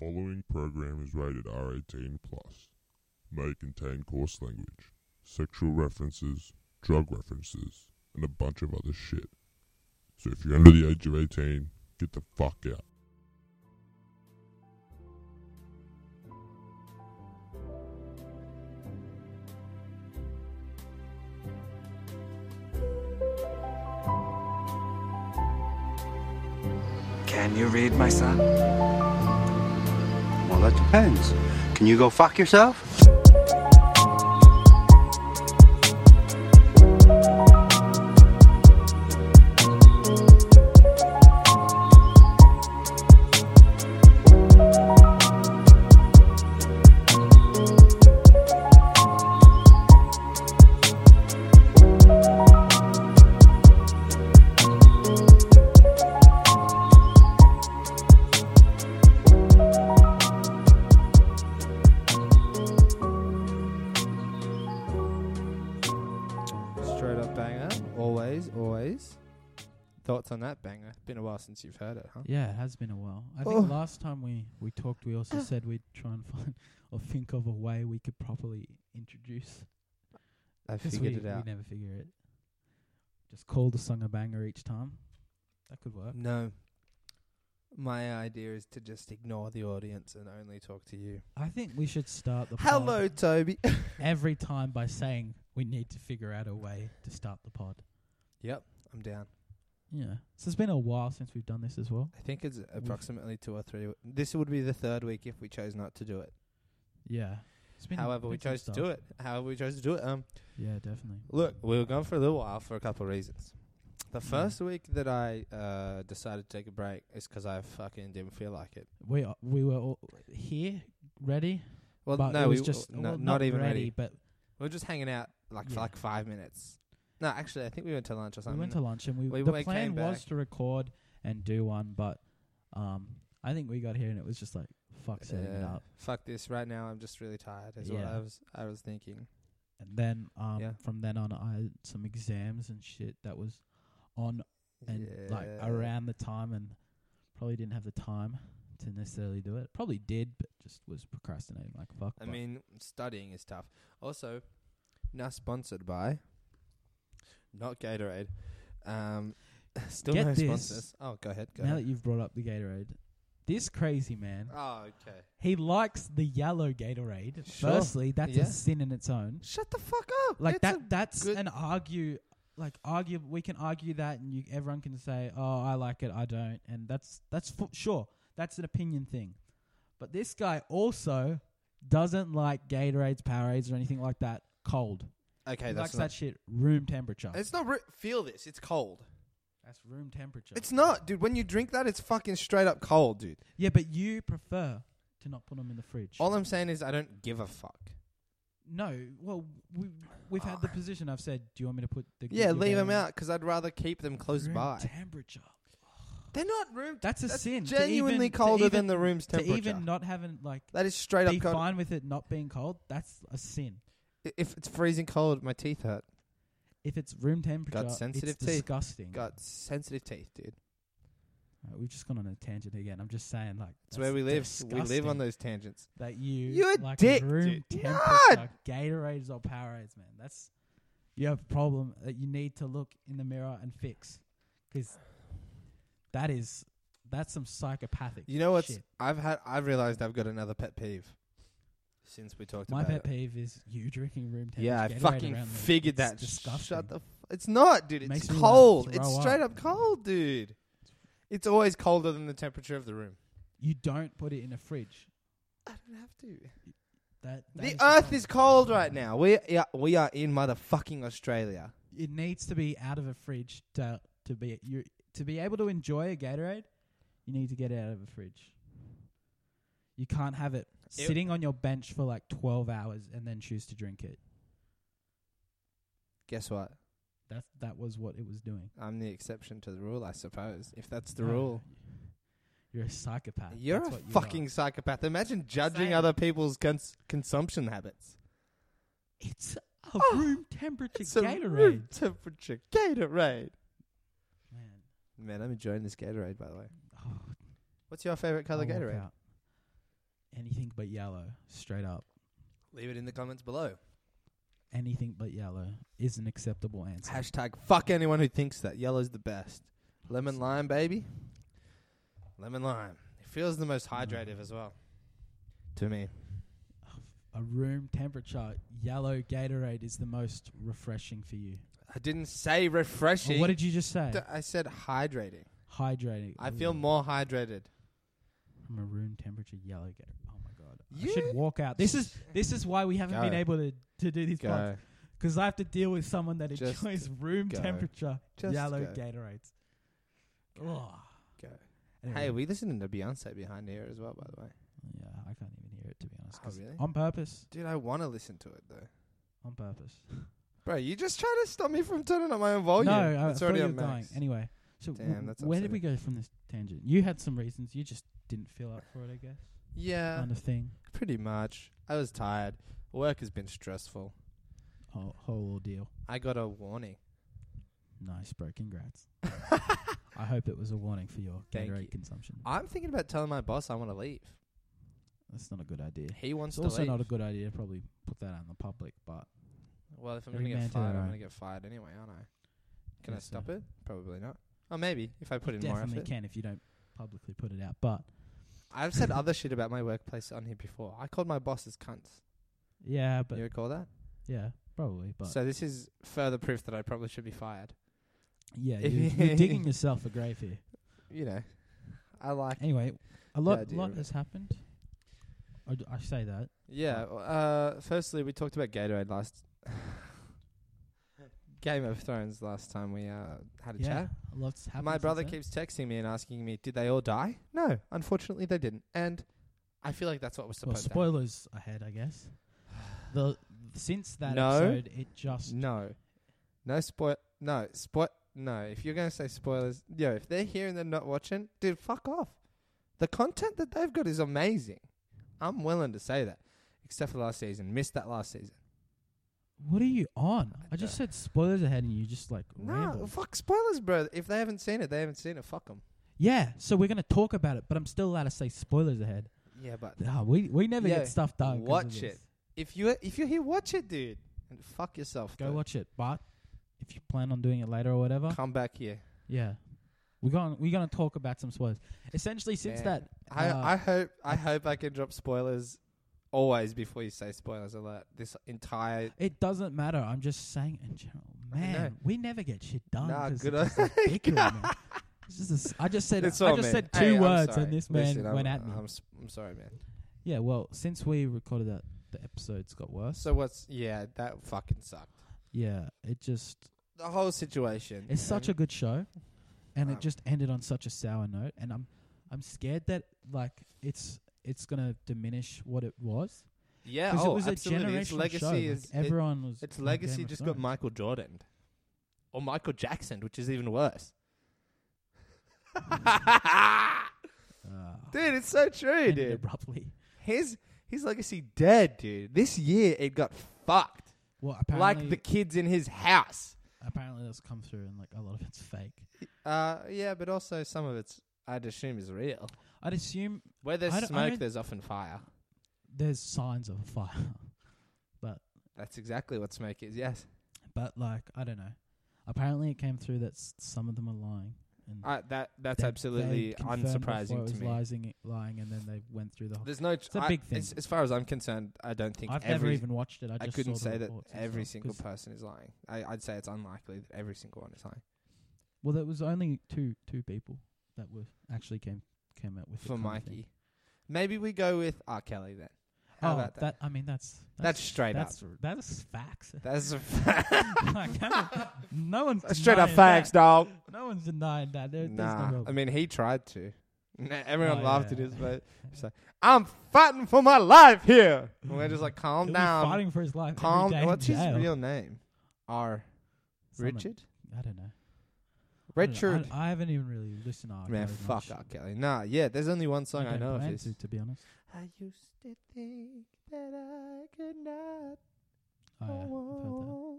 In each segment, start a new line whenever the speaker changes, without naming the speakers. Following program is rated R eighteen plus. May contain coarse language, sexual references, drug references, and a bunch of other shit. So if you're under the age of eighteen, get the fuck out.
Can you read my son?
Well, that depends. Can you go fuck yourself?
Straight up banger. Always, always. Thoughts on that banger? Been a while since you've heard it, huh?
Yeah, it has been a while. I
Oh. Ah.
think last time we, we talked, we also said we'd try and find or think of a way we could properly introduce.
I
'cause
figured
we,
it out.
We never figure it. Just call the song a banger each time. That could work.
No. My idea is to just ignore the audience and only talk to you.
I think we should start the pod
Hello, Toby.
every time by saying we need to figure out a way to start the pod.
yep, I'm down.
Yeah. So it's been a while since we've done this as well.
I think it's approximately two or three. w- This would be the third week if we chose not to do it.
Yeah. It's been
However, we
been some
chose to
stuff.
do it. However, we chose to do it. Um,
Yeah, definitely.
Look, we were gone for a little while for a couple of reasons. The
Mm.
first week that I uh, decided to take a break is 'cause I fucking didn't feel like it.
We are, we were all here, ready.
Well,
but
no,
it was
we
just
no,
well,
not, even ready.
But
We were just hanging out like for
Yeah.
like five minutes. No, actually, I think we went to lunch or something.
we went to lunch and we,
We-
the
we
plan
came
was
back.
to record and do one, but um, I think we got here and it was just like fuck setting it
Yeah.
up.
Fuck this! Right now, I'm just really tired. Is what
Yeah.
I was I was thinking.
And then um,
Yeah.
from then on, I had some exams and shit that was on and like
Yeah.
around the time, and probably didn't have the time to necessarily do it. Probably did, but just was procrastinating like fuck.
I
but
mean, studying is tough. Also, not sponsored by, not Gatorade. Um, still
Get
no
this.
sponsors. Oh, go ahead. Go
now
ahead.
that you've brought up the Gatorade, this crazy man.
Oh, okay.
He likes the yellow Gatorade.
Sure.
Firstly, that's
Yeah.
a sin in its own.
Shut the fuck up.
Like
That's
that that's
good-
an argue like argue we can argue that and you everyone can say, "Oh, I like it, I don't." And that's that's fu- sure. That's an opinion thing. But this guy also doesn't like Gatorades, Powerades or anything like that cold.
a- okay.
he
That's
likes
not,
that shit room temperature.
It's not. Re- feel this. It's cold.
that's room temperature.
It's not, dude. When you drink that, it's fucking straight up cold, dude.
yeah, but you prefer to not put them in the fridge.
All I'm saying is I don't give a fuck.
no, well we we've had the position I've said, "Do you want me to put the
Yeah,
your
leave them
Gatorade
out because I'd rather keep them close
room
by.
temperature.
They're not room.
That's a
That's
sin. to
genuinely
even- to
colder
even-
than the room's
to
temperature.
even not having like
that is straight
be
up cold.
fine with it not being cold. That's a sin.
I- If it's freezing cold, my teeth hurt.
If it's room temperature,
sensitive
it's
teeth.
disgusting.
Got sensitive teeth, dude.
Alright, we've just gone on a tangent again. I'm just saying, like
That's where we live. We live on
disgusting
those tangents.
that you
You're a
like
dick,
room
dude.
temperature Gatorades or Powerades, man. That's you have a problem that you need to look in the mirror and fix because that is that's some psychopathic.
You know what's?
shit.
I've had. I've realized I've got another pet peeve since we talked
My
about it.
pet peeve is you drinking room temperature.
Yeah, I
Gatorade
fucking
around the-
figured
it's
that.
Disgusting.
Shut the. F- it's not, dude. It's
Makes me wanna
cold.
throw
It's
up.
straight up cold, dude. It's always colder than the temperature of the room.
you don't put it in a fridge.
I don't have to.
That, that
The
is
Earth
problem.
is cold right now. We yeah, we are in motherfucking Australia.
It needs to be out of a fridge to to be you to be able to enjoy a Gatorade. You need to get it out of a fridge. You can't have it
It-
sitting on your bench for like twelve hours and then choose to drink it.
Guess what?
That that was what it was doing.
I'm the exception to the rule, I suppose. If that's the
No,
rule,
You're a psychopath.
you're
That's
a
what you are.
fucking psychopath. Imagine judging
Same.
other people's cons- consumption habits.
It's a
Oh,
room temperature
It's a
Gatorade.
room temperature Gatorade.
Man,
Man, I'm enjoying this Gatorade, by the way.
oh,
What's your favorite color
I'll walk
Gatorade?
out. anything but yellow, straight up.
Leave it in the comments below.
Anything but yellow is an acceptable answer.
Hashtag fuck anyone who thinks that yellow's the best. Lemon lime, baby. Lemon lime. It feels the most hydrative as well. To me,
A room temperature yellow Gatorade is the most refreshing for you.
I didn't say
Oh,
refreshing.
what did you just say?
D- I said hydrating.
Hydrating.
I
Ooh.
feel more hydrated.
from a room temperature yellow Gatorade. Oh my god!
You-
I should walk out. This is this is why we haven't been
Go.
able to to do these pods because I have to deal with someone that
Just
enjoys room
go.
temperature
Just
yellow
go.
Gatorades. Ugh.
Go.
Anyway,
Hey, we listening to Beyonce behind here as well, by the way.
yeah, I can't even hear it to be honest.
Oh,
'cause
really?
On purpose.
Dude, I want to listen to it though.
On purpose.
Bro, you just trying to stop me from turning up my own volume.
no, I,
Oh, it's
I thought
already
you were
on
going.
max.
Anyway, so
Damn,
w-
that's
where did we go from this tangent? You had some reasons. You just didn't feel up for it, I guess.
Yeah,
kind of thing.
pretty much. I was tired. Work has been stressful.
Whole, Oh, whole ordeal.
I got a warning.
Nice, bro. Congrats. I hope it was a warning for your
Thank you.
Gatorade consumption.
I'm thinking about telling my boss I want to leave.
That's not a good idea.
He wants
It's
to
also
leave.
not a good idea to probably put that out in the public, but
well, if I'm
every
going to
man
get
to their
fired, I'm
own.
going to get fired anyway, aren't I? Can I
Yes,
stop
sir.
it? Probably not. Oh, maybe if I put
you
in more
definitely
effort.
can if you don't publicly put it out. But
I've said other shit about my workplace on here before. I called my bosses cunts.
yeah, but
you recall that?
yeah, probably. But
so this is further proof that I probably should be fired.
yeah,
if
you,
you-
you're digging yourself a grave here.
You know, I like.
Anyway, a lot,
idea
lot
of
has happened. I, d- I say that.
Yeah. w- Uh, firstly, we talked about Gatorade last Game of Thrones last time we uh, had a
yeah,
chat.
a lot's happened.
My
since
brother
then.
keeps texting me and asking me, "Did they all die?" No, unfortunately, they didn't. And I feel like that's what was
Well,
supposed to
spoilers ahead, I guess. The since that
No.
episode, it just
happen. No, no spoil. No spoil. No, if you're gonna say spoilers, yo, if they're here and they're not watching, dude, fuck off. The content that they've got is amazing. I'm willing to say that, except for last season. Missed that last season.
What are you on?
I
I just
don't-
said spoilers ahead, and you just like
No,
rambled.
fuck spoilers, bro. If they haven't seen it, they haven't seen it. Fuck 'em.
Yeah, so we're gonna talk about it, but I'm still allowed to say spoilers ahead.
Yeah, but
Ah, we we never
Yeah,
get stuff done. 'cause of
watch
this.
it. if you if you're here, watch it, dude, and fuck yourself.
Go
though.
watch it, but if you plan on doing it later or whatever,
Come back here.
yeah, we're going we're gonna talk about some spoilers. Essentially,
Man,
since that,
I,
uh,
I hope I hope I can drop spoilers always before you say spoilers alert. This entire
it doesn't matter. I'm just saying in general,
I know.
man, we never get shit done.
Nah,
'cause
good
it's just like bickering, man. It's just a s- I just said
It's
I
all
just
me.
said two
Hey, I'm
words,
sorry.
and this man
Listen, I'm-
went at me.
I'm, s- I'm sorry, man.
yeah, well, since we recorded that, the episodes got worse.
So what's yeah? That fucking sucked.
yeah, it just
The whole situation.
It's such a good show, and
Um,
it just ended on such a sour note. And I'm, I'm scared that like it's it's gonna diminish what it was
yeah.
because
Oh,
it was
absolutely.
a generational
Its legacy
show. like,
is it-
everyone was.
its
on
legacy
Game of
just got
Thrones.
Michael Jordan or Michael Jackson, which is even worse.
Ah,
dude, it's so true,
ended
dude.
abruptly.
His his legacy dead, dude. This year it got fucked.
Well, apparently,
Like the kids in his house.
apparently that's come through, and like a lot of it's fake.
Uh, yeah, but also some of it's I'd assume is real.
I'd assume
Where there's
I don't- I
smoke,
don't-
there's often fire.
there's signs of a fire,
That's exactly what smoke is. Yes,
but like I don't know. Apparently, it came through that s- some of them are lying. And
uh, that that's
they-
absolutely
they confirmed before it
unsurprising
was
to me.
Lying, lying, and then they went through the whole.
There's no. It's
a big thing.
As, as far as I'm concerned, I don't think
I've
every.
never even watched it. I,
I,
just
couldn't
saw the
say that
reports and
every
stuff,
single
'cause-
person is lying. I, I'd say it's unlikely that every single one is lying.
Well, there was only two two people that were actually came came out with it
For
kind of thing.
Mikey, maybe we go with R. Kelly then. How
Oh,
about that?
I mean, that's
That's straight
that's, That's facts.
up. That's a fact.
Like, I don't- no one's
straight up
denying
facts,
that.
dog.
No one's denying that. There, there's no
Nah,
real-
I mean he tried to. Nah, everyone
Oh,
laughed
yeah.
at his but he's like, "I'm fighting for my life here." And we're just like,
He'll
"Calm
be
down,
Fighting for his life. every
calm."
day in
What's his
jail.
real name? R.
Someone-
Richard.
I don't know. I don't know. I-
Richard.
I, haven't even really listened to. R.
Man,
Kelly
fuck
much.
R. Kelly. Nah, yeah. There's only one song I,
don't
know of
plan
his.
To, to be honest.
I used to think that I could not.
Oh, yeah, I've heard that.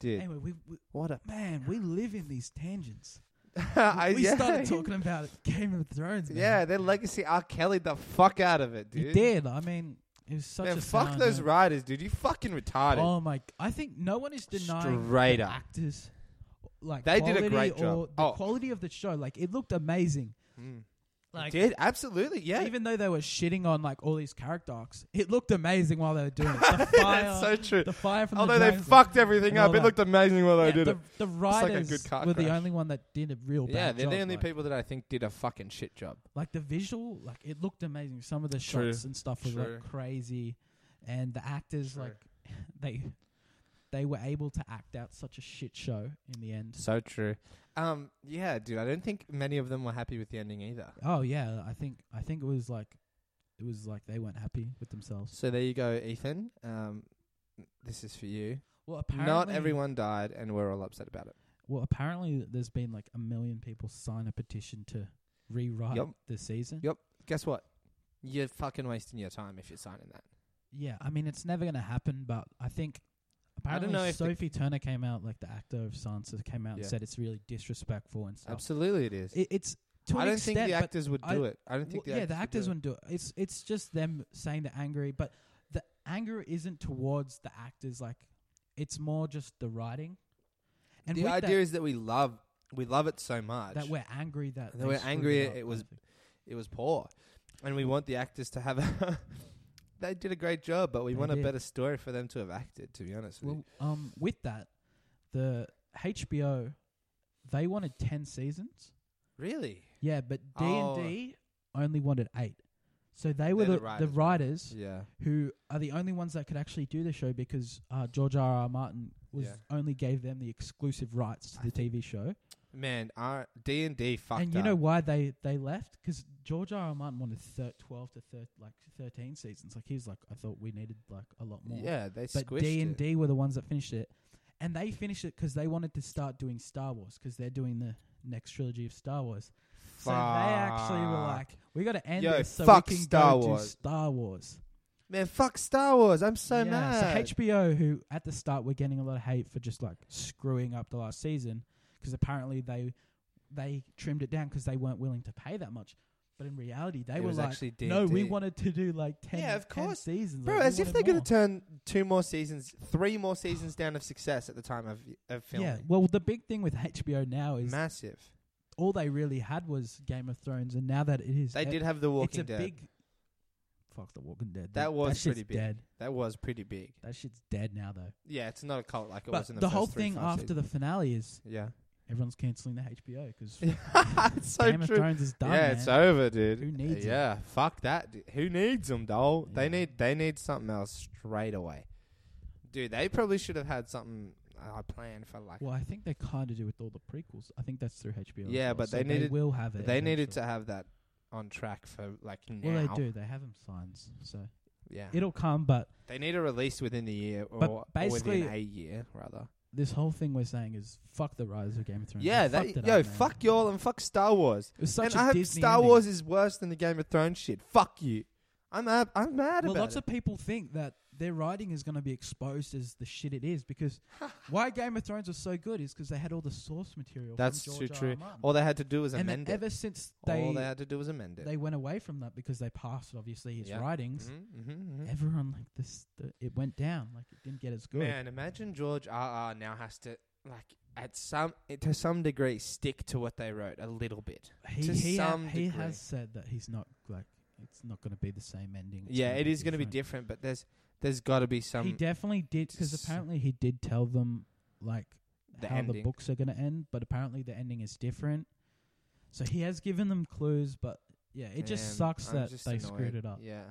Dude,
Anyway, we, we
what a
man, we live in these tangents.
I-
we
yeah.
started talking about it, Game of Thrones. Man.
Yeah, their legacy. R. Kelly the fuck out of it, dude.
you did. I mean, it was such
Man,
a
fuck
sound
those
note.
writers, dude. You fucking retarded.
Oh my! I think no one is denying
Straight
the
up.
actors. Like
They did a
quality
great
or
job.
The
Oh.
quality of the show, like it looked amazing.
Mm.
Like
did absolutely, yeah.
even though they were shitting on like all these character arcs, it looked amazing while they were doing it. The
That's
fire,
so true.
the fire from
Although
the
they
dragons,
fucked everything
and
up,
all
it
that.
looked amazing while they
Yeah,
did
the,
it.
The
like a
writers
good car
were the
crash.
only one that did a real bad
Yeah, they're
job,
the only
like,
people that I think did a fucking shit job.
Like the visual, like it looked amazing. Some of the
True.
shots and stuff was
True.
like crazy, and the actors
True.
like they they were able to act out such a shit show in the end.
So true. Um, yeah, dude. I don't think many of them were happy with the ending either.
Oh yeah, I think I think it was like it was like they weren't happy with themselves.
So there you go, Ethan. Um, this is for you.
Well, apparently
Not everyone died, and we're all upset about it.
Well, apparently there's been like a million people sign a petition to rewrite
Yep.
the season.
Yep. Guess what? You're fucking wasting your time if you're signing that.
Yeah, I mean it's never gonna happen, but I think apparently
know if the-
Sophie Turner came out, like the actor of Sansa, came out and
Yeah.
said it's really disrespectful and stuff.
Absolutely, it is.
It, it's to
I
an
don't
extent,
think the
but
actors would
I-
do it. I don't think
Well,
the
yeah, the actors
would.
wouldn't do it. It's it's just them saying they're angry, but the anger isn't towards the actors. Like it's more just the writing. And
the
with
idea
that,
is that we love we love it so much
that we're angry that
That
they
we're
screwed
angry
up.
it was- it was poor, and we want the actors to have. a... they did a great job, but we
They
want a
did.
better story for them to have acted. To be honest with
Well, um, with that, the HBO they wanted ten seasons.
you, really,
Yeah, but D
Oh.
and D only wanted eight. So they were
They're
the,
the
the
writers,
writers,
right? yeah,
who are the only ones that could actually do the show because uh, George R. R. Martin was
Yeah.
only gave them the exclusive rights to
I
the
think-
TV show.
man, our D and D fucked
and you know
up.
why they they left? Because George R. R. Martin wanted thir- twelve to thir- like thirteen seasons. Like he was like, I thought we needed like a lot more.
yeah, they
but
squished
D and
it.
D were the ones that finished it, and they finished it 'cause they wanted to start doing Star Wars 'cause they're doing the next trilogy of Star Wars. So they actually were
Fuck.
like, we got to end
Yo,
this so
fuck
we can
Star
go to
Wars.
Star Wars.
man, fuck Star Wars. I'm so
Yeah,
mad.
So HBO, who at the start were getting a lot of hate for just like screwing up the last season 'cause apparently they they trimmed it down 'cause they weren't willing to pay that much. But in reality, they
It
were
was
like,
actually
no, we
D&D.
wanted to do like 10,
Yeah, of
10
course.
seasons.
Bro,
like, we
as if
wanted
they're
more.
going to turn two more seasons, three more seasons down of success at the time of of filming.
Yeah, well, the big thing with HBO now is
massive.
all they really had was Game of Thrones, and now that it is,
They
it-
did have The Walking
it's a
Dead.
big. Fuck the Walking Dead.
That was
shit's
pretty big.
Dead.
That was pretty big.
That shit's dead now, though.
Yeah, it's not a cult like it
but
was in the,
the whole
first three,
thing
five
after
seasons.
the finale is
yeah.
everyone's canceling the HBO because
it's so
Game of
true.
Thrones is done.
Yeah,
man.
it's over, dude.
Who needs 'em?
Yeah, fuck that. Dude. Who needs them, doll? They
Yeah.
need they need something else straight away. Dude, they probably should have had something uh, planned for like.
Well, I think they kind of do with all the prequels. I think that's through HBO. as
Yeah,
well,
but
so
they needed-
will have it.
they needed to
eventually.
have that on track for like now.
Well, they do. They have them signs, so
Yeah,
it'll come. But
they need a release within the year or,
But
or
basically-
within a year rather.
this whole thing we're saying is fuck the rise of Game of Thrones.
Yeah,
Mm-hmm. They
that,
fucked it
yo,
up, man.
fuck y'all and fuck Star Wars.
It was such
and
a
I hope
Disney
Star
ending.
Wars is worse than the Game of Thrones shit. Fuck you. I'm ab- I'm mad
Well,
about
lots
it.
of people think that their writing is going to be exposed as the shit it is because why Game of Thrones was so good is because they had all the source material.
That's
from
too
George R.
true.
R. Martin.
All they had to do was
and then
amend it.
ever since
All
they
they had to do was amend it.
they went away from that because they passed obviously his
Yeah.
writings,
mm-hmm, mm-hmm.
everyone like this the, it went down like it didn't get as good.
Man, imagine George R. R. now has to like at some to some degree stick to what they wrote a little bit.
he
to
he, ha-
some
he
degree.
has said that he's not like it's not going to be the same ending. It's
yeah,
gonna
it
be
is going to be different, but there's there's got to be some.
he definitely did because
Um, s-
apparently he did tell them like
The
how the
ending.
books are going to end, but apparently the ending is different. So he has given them clues, but yeah, it
Man,
just sucks
I'm
that
just
they
annoyed.
screwed it up,
Yeah,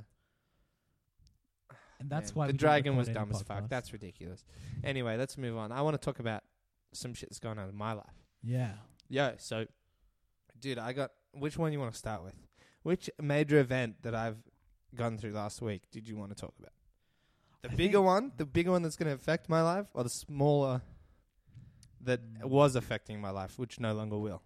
and that's
man.
why
the
we don't
dragon
record
was
any
dumb as
podcasts.
fuck. That's ridiculous. Anyway, let's move on. I want to talk about some shit that's going on in my life.
yeah.
Yo, so, dude, I got which one you want to start with? Which major event that I've gone through last week did you want to talk about? The
I
bigger
think-
one, the bigger one that's going to affect my life, or the smaller that was affecting my life, which no longer will.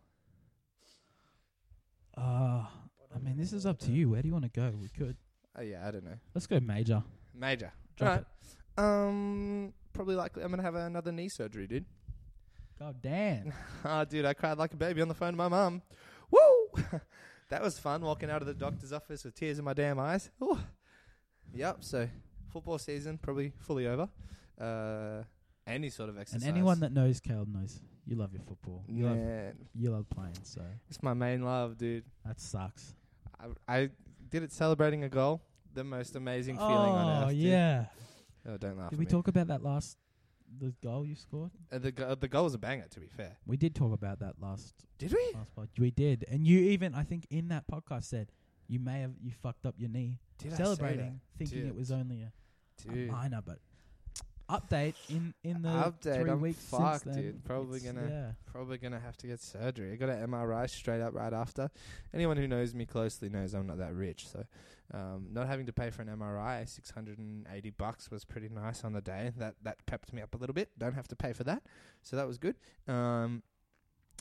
Uh I mean, this is up to you. Where do you want to go? We could
Oh yeah, I don't know.
let's go major.
Major.
Drop
Alright. Um, probably likely I'm gonna have another knee surgery, dude.
God damn.
Ah, dude, I cried like a baby on the phone to my mum. Woo! that was fun walking out of the doctor's office with tears in my damn eyes. Ooh. Yep, so football season probably fully over. Uh, any sort of exercise.
and anyone that knows Caleb knows you love your football. You love
Man,
you love playing, so
it's my main love, dude.
that sucks.
I, I did it celebrating a goal. The most amazing feeling on
oh
earth. dude.
yeah.
Oh, don't laugh.
Did
at
we
me.
talk about that last the goal you scored?
Uh, the go- the goal was a banger. To be fair,
We did talk about that last
did we?
last pod. We did, and you even I think in that podcast said you may have you fucked up your knee
Did I say
celebrating, Oh, thinking
Dude.
it was only a,
that?
a
dude?
minor. But update in in the
Update,
three
I'm
weeks
fucked,
since then,
dude. Probably
it's-
gonna-
yeah.
Probably gonna have to get surgery. I got an MRI straight up right after. Anyone who knows me closely knows I'm not that rich, so um, not having to pay for an MRI, six hundred and eighty bucks was pretty nice on the day. That that pepped me up a little bit. Don't have to pay for that, so that was good. Um,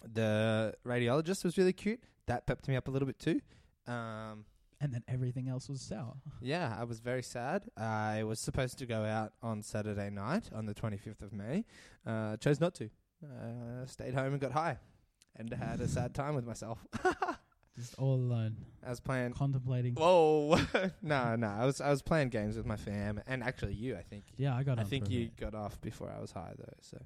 the radiologist was really cute. That pepped me up a little bit too. Um,
and then everything else was sour.
yeah, I was very sad. I was supposed to go out on Saturday night on the 25th of May. Uh, chose not to. Uh, stayed home and got high and had a sad time with myself.
Just all alone,
I was playing.
contemplating.
Whoa, no, no. I was I was playing games with my fam and actually you. I think
Yeah, I got.
I
on
think
for a
you
bit.
got off before I was high though, so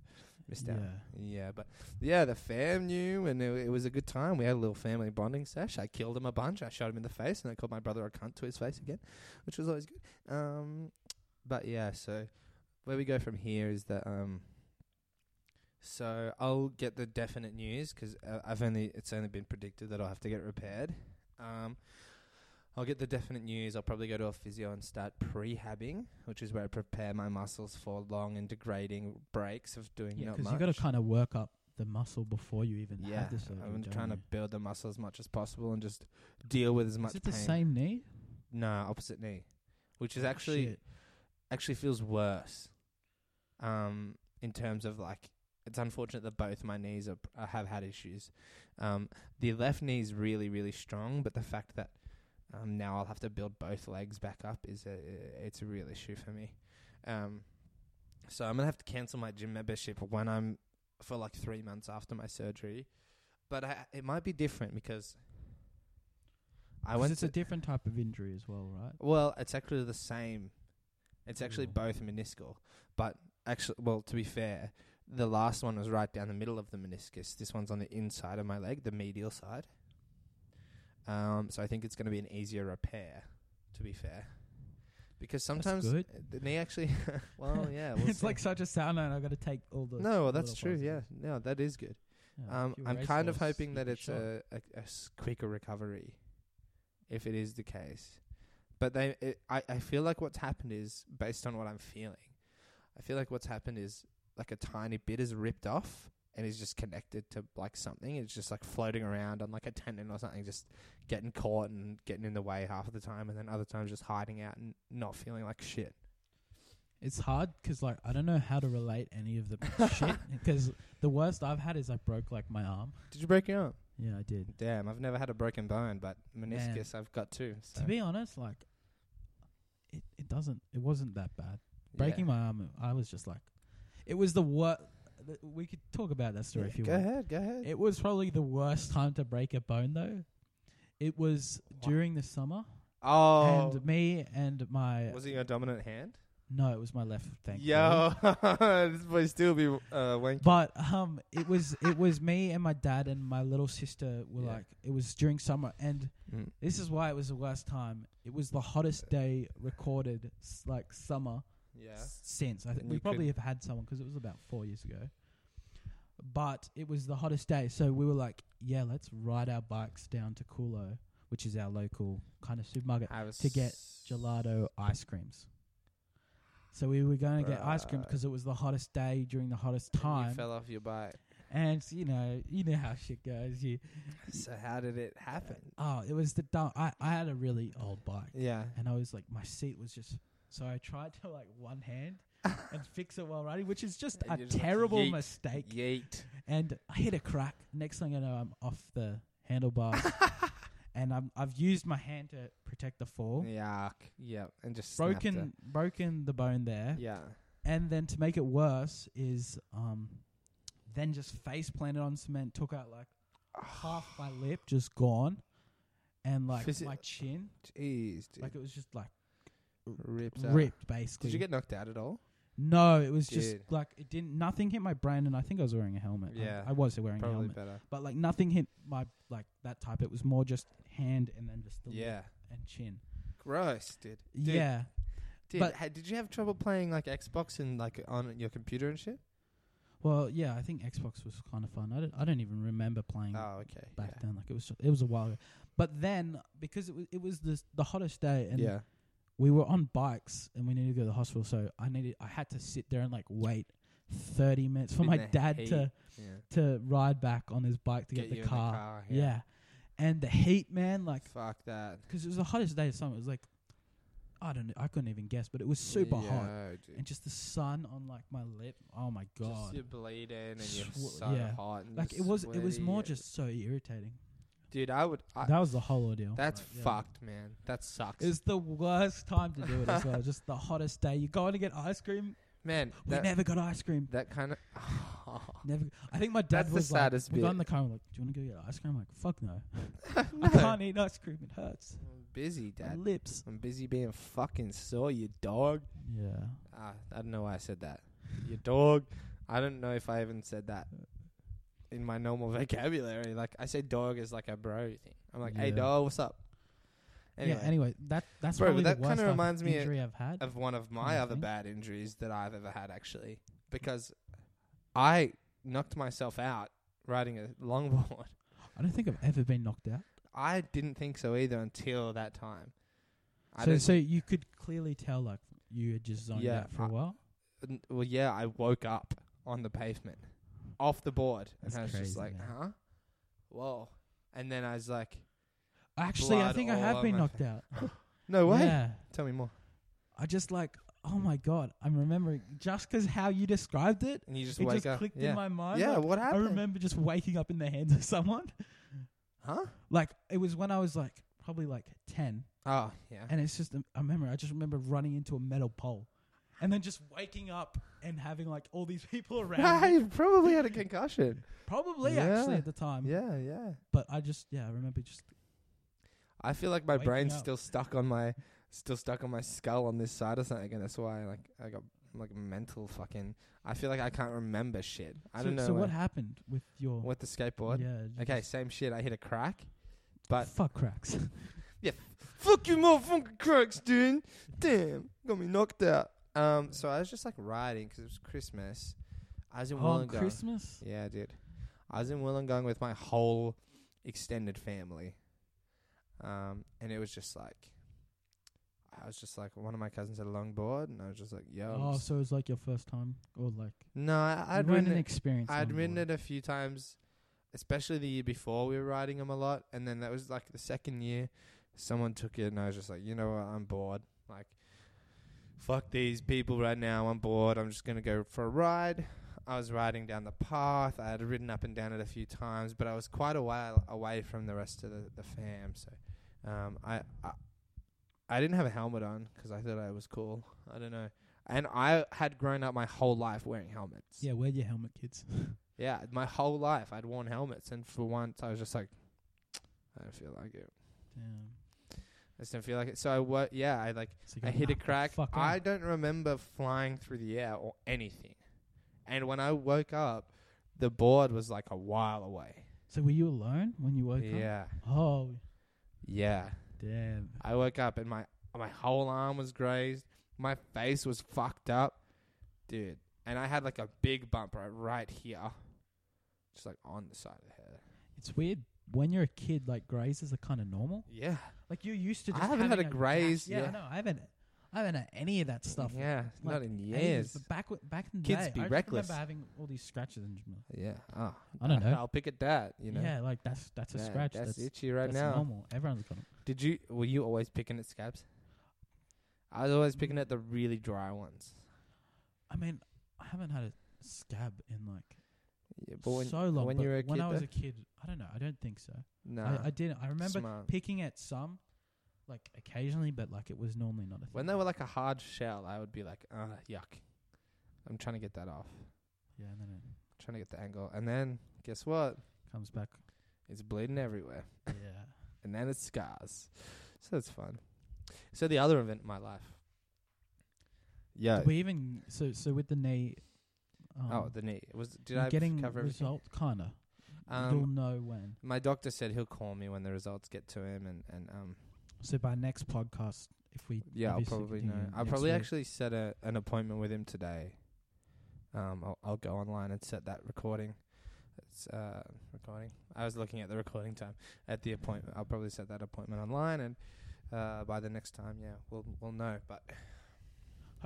missed out.
Yeah.
Yeah, but yeah, the fam knew, and it, it was a good time. We had a little family bonding sesh. I killed him a bunch. I shot him in the face, and I called my brother a cunt to his face again, which was always good. Um, but yeah, so where we go from here is that um, so I'll get the definite news 'cause uh, I've only it's only been predicted that I'll have to get repaired. Um, I'll get the definite news. I'll probably go to a physio and start prehabbing, which is where I prepare my muscles for long and degrading breaks of doing
Yeah,
not
because
much.
you got to kind of work up the muscle before you even
Yeah,
have the surgery.
I'm
don't
trying to
you?
build the muscle as much as possible and just deal with as much
Is it the
pain.
same knee?
No, opposite knee, which is actually
Shit.
actually feels worse. Um, in terms of like, it's unfortunate that both my knees are, uh, have had issues. Um, the left knee is really really strong, but the fact that um, now I'll have to build both legs back up is a it's a real issue for me. Um, so I'm gonna have to cancel my gym membership when I'm for like three months after my surgery, but I, it might be different because I
'Cause
went
It's
to
a different type of injury as well, right?
well, it's actually the same. It's actually
Ooh.
both meniscal, but actually, well, to be fair, the last one was right down the middle of the meniscus. This one's on the inside of my leg, the medial side. Um, so I think it's going to be an easier repair. To be fair, because sometimes
good.
the knee actually. well, yeah, we'll
it's
see.
like such a sound, and I got to take all the.
no,
all
that's
the
true. Yeah,
positives.
no, that is good.
Yeah,
Um,
if you were
I'm
race
kind of
horse,
hoping
you'd
that
be
it's uh,
shot.
a, a, a s- quicker recovery, if it is the case. But they, it, I, I feel like what's happened is based on what I'm feeling. I feel like what's happened is like a tiny bit is ripped off and is just connected to like something. It's just like floating around on like a tendon or something, just getting caught and getting in the way half of the time, and then other times just hiding out and not feeling like shit.
It's hard 'cause like I don't know how to relate any of the shit 'cause the worst I've had is I broke like my arm.
Did you break your arm?
Yeah, I did.
Damn, I've never had a broken bone, but meniscus I've got too. So.
To be honest, like it, it doesn't. It wasn't that bad.
yeah.
Breaking my arm, I was just like, it was the worst. We could talk about that story
Yeah,
if you
go
want.
ahead, go ahead.
It was probably the worst time to break a bone though. It was during the summer,
Oh,
and me and my
was it your dominant hand?
no, it was my left. Thankfully.
Yo, this boy still be uh, wanking.
But um, it was it was me and my dad and my little sister were
Yeah.
like it was during summer, and
Mm.
this is why it was the worst time. It was the hottest day recorded s- like summer
Yeah,
s- since. I think
And
we
you
probably have had someone 'cause it was about four years ago. But it was the hottest day, so we were like, "Yeah, let's ride our bikes down to Kulo, which is our local kind of supermarket,
I was
to get gelato ice creams." So we were going to get ice cream
Right.
because it was the hottest day during the hottest
and you
time,
fell off your bike.
and s- you know, you know how shit goes. You,
So how did it happen?
oh, it was the dumb. I I had a really old bike,
Yeah,
and I was like, my seat was just. So I tried to like one hand and fix it while riding, which is just
And
a
you just, like,
terrible
yeet,
mistake.
yeet.
And I hit a crack. Next thing I know, I'm off the handlebars, and I'm I've used my hand to protect the fall.
Yuck. Yep, and just snapped
Oh. Broken, broken the bone there,
her. Yeah,
and then to make it worse is um, then just face planted on cement, took out like
Oh,
half my lip, just gone, and like
Physi-
my chin,
Jeez, dude.
like it was just like
ripped. out.
ripped basically.
Did you get knocked out at all?
no, it was just
Dude.
like it didn't. Nothing hit my brain, and I think I was wearing a helmet. I-
Yeah.
I, was wearing a
Probably
helmet,
better.
but like nothing hit my like that type. It was more just hand and then just the lip
Yeah.
and chin.
Gross, dude. Dude,
yeah,
Dude,
But-
ha- did you have trouble playing like Xbox and like on your computer and shit?
well, yeah. I think Xbox was kind of fun. I don't, I don't even remember playing
Oh, okay.
back then. Like it was, it was a while ago. But then because it was, it was this, the hottest day,
yeah.
and
yeah.
we were on bikes, and we needed to go to the hospital. So I needed, I had to sit there and like wait thirty minutes for
In
my
the
dad
heat
to
Yeah.
to ride back on his bike to
Get
get,
you
the,
in the
car.
car,
yeah.
yeah.
and the heat, man, like
Fuck that.
because it was the hottest day of summer. It was like I don't, know, I couldn't even guess, but it was super hot,
Yeah, dude.
and just the sun on like my lip. Oh my
Just
god.
you're bleeding and you're
Sw-
so
yeah.
hot. And
like it was, it was
sweaty
more
and-
just so irritating.
Dude, I would. I,
that was the whole ordeal.
that's
Like, yeah.
fucked, man. That sucks.
It's the worst time to do it as well. Just the hottest day. You go in to get ice cream.
man,
We
that,
never got ice cream.
that kind of.
Never. I think my dad
That's the
was like,
saddest
we got
bit.
in the car. and We're like, do you want to go get ice cream? I'm like, fuck no. I can't eat ice cream. It hurts.
I'm busy,
My
Dad.
lips.
I'm busy being fucking sore, you dog.
Yeah.
Ah, I don't know why I said that. Your dog. I don't know if I even said that in my normal vocabulary. Like I say, dog is like a bro thing. I'm like, hey,
Yeah.
dog, what's up? Anyway,
Yeah. Anyway, that that's
Bro, but
probably
that kinda
the worst type of
reminds me of-
injury I've had.
of one of my
Kinda
other
thing.
bad injuries that I've ever had, actually, because I knocked myself out riding a longboard.
I don't think I've ever been knocked out.
I didn't think so either until that time. I
So
don't
so you could clearly tell like you had just zoned
Yeah, Uh,
out for a
I-
while.
N- well, yeah, I woke up on the pavement, off the board, and
That's
I was just
crazy,
like,
man.
huh? Whoa. And then I was like,
Actually, I
blood
think I
all
have
over
been
my
knocked
face.
out.
no way.
Yeah.
Tell me more.
I just like, oh my god, I'm remembering just 'cause how you described it.
And you just
it
wake
just
up.
clicked
yeah.
in my mind.
yeah,
like,
what
I
happened?
remember just waking up in the hands of someone.
Huh?
Like it was when I was like probably like ten,
Oh, yeah.
and it's just a, a memory. I just remember running into a metal pole, and then just waking up and having like all these people around. me.
I probably had a concussion.
Probably
Yeah.
actually at the time.
Yeah, yeah.
But I just yeah, I remember just
I feel like my
Waking
brain's
up.
still stuck on my still stuck on my skull on this side or something, and that's why like I got like mental fucking. I feel like I can't remember shit. I
so,
don't know.
So what
when-
happened with your
with the skateboard?
Yeah. you
Okay,
just-
same shit. I hit a crack, but
fuck cracks.
fuck you, motherfucking cracks, dude. Damn, got me knocked out. Um, so I was just like riding 'cause it was Christmas. I was in
on
Wollongong.
Christmas.
Yeah, dude. I was in Wollongong with my whole extended family. Um, and it was just like, I was just like, one of my cousins had a longboard, and I was just like, yo. I'm
Oh,
s-
so it was like your first time or like
no, I, I'd
you weren't
ridden
an
it.
experience.
I'd
on
ridden
board.
it a few times, especially the year before we were riding them a lot. And then that was like the second year, someone took it, and I was just like, you know what, I'm bored. Like, fuck these people right now. I'm bored. I'm just gonna go for a ride. I was riding down the path. I had ridden up and down it a few times, but I was quite a while away from the rest of the, the fam. So, um, I, I I didn't have a helmet on 'cause I thought I was cool. I don't know. And I had grown up my whole life wearing helmets.
Yeah, wear your helmet, kids.
Yeah, my whole life I'd worn helmets, and for once I was just like, I don't feel like it.
Damn.
I just don't feel like it. So I wa Yeah, I like
So
I hit a crack. I don't remember flying through the air or anything. And when I woke up, the board was like a while away.
so were you alone when you woke up?
Yeah,
Oh,
yeah.
damn.
I woke up and my my whole arm was grazed. My face was fucked up, dude. And I had like a big bump right, right here, just like on the side of the head.
It's weird. When you're a kid, like grazes are kind of normal.
Yeah.
Like you're used to.
I
Just
haven't had
having
a graze,
gash. Yeah,
yeah.
I know. I haven't. I haven't had any of that stuff.
Yeah,
like,
not in
ages,
years.
But back w- back in the
Kids
day,
be
I just
reckless.
remember having all these scratches and just like,
Yeah. ah,
I don't know.
I'll pick at that. You know.
yeah, like that's that's a
That-
scratch.
That's,
That's
itchy right
that's
now.
normal. Everyone's got 'em.
Did you? Were you always picking at scabs? I was always picking at the really dry ones.
I mean, I haven't had a scab in like
Yeah, but when,
so long.
when
but
you were a
when
kid,
I was
though?
a kid, I don't know. I don't think so.
nah.
I, I didn't. I remember
smart.
picking at some, like occasionally, but like it was normally not a thing.
when they were like a hard shell, I would be like, ah, yuck. I'm trying to get that off.
yeah, no, no.
trying to get the angle, and then guess what?
Comes back.
It's bleeding everywhere,
Yeah.
and then it's scars. So it's fun. So the other event in my life. Yeah.
Did we even so so with the knee. Um,
oh, the knee. Was did
we're
I
getting
cover everything?
result? Kinda. You'll
Um,
know when.
my doctor said he'll call me when the results get to him, and and um,
So by next podcast, if we
yeah, I'll
obviously
probably know.
continue
I'll
next
probably
week.
actually set a, an appointment with him today. Um, I'll, I'll go online and set that recording. It's uh, recording. I was looking at the recording time at the appointment. I'll probably set that appointment online, and uh, by the next time, yeah, we'll we'll know. But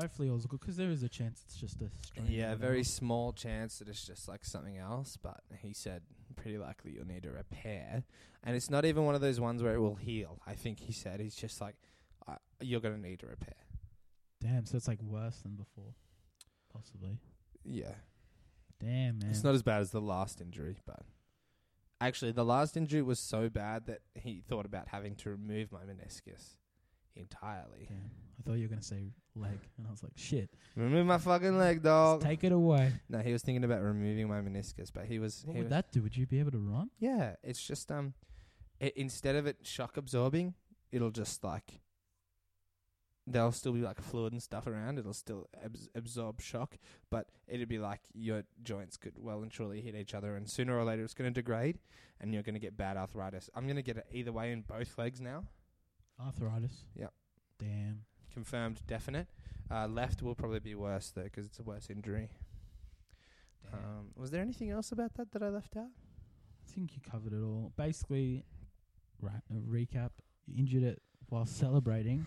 Hopefully all's good 'cause there is a chance it's just a strain.
yeah,
or
a very
whatever.
small chance that it's just like something else. But he said pretty likely you'll need a repair, and it's not even one of those ones where it will heal. I think he said he's just like, uh, you're gonna need a repair.
Damn, so it's like worse than before, possibly.
Yeah.
Damn, man.
It's not as bad as the last injury, but actually, the last injury was so bad that he thought about having to remove my meniscus entirely.
Damn. I thought you were gonna say leg, and I was like, shit.
Remove my fucking leg,
Just
dog.
take it away.
No, he was thinking about removing my meniscus, but he was.
What
he
would
was-
that do? Would you be able to run?
Yeah, it's just um, i instead of it shock absorbing, it'll just like. There'll still be like fluid and stuff around. It'll still abs- absorb shock, but it'd be like your joints could well and truly hit each other, and sooner or later it's going to degrade, and you're going to get bad arthritis. I'm going to get it either way in both legs now.
Arthritis.
Yep.
Damn.
Confirmed, definite. Uh, left will probably be worse though, 'cause it's a worse injury.
Damn.
Um, was there anything else about that that I left out?
I think you covered it all. Basically, right. A recap. You injured it while celebrating.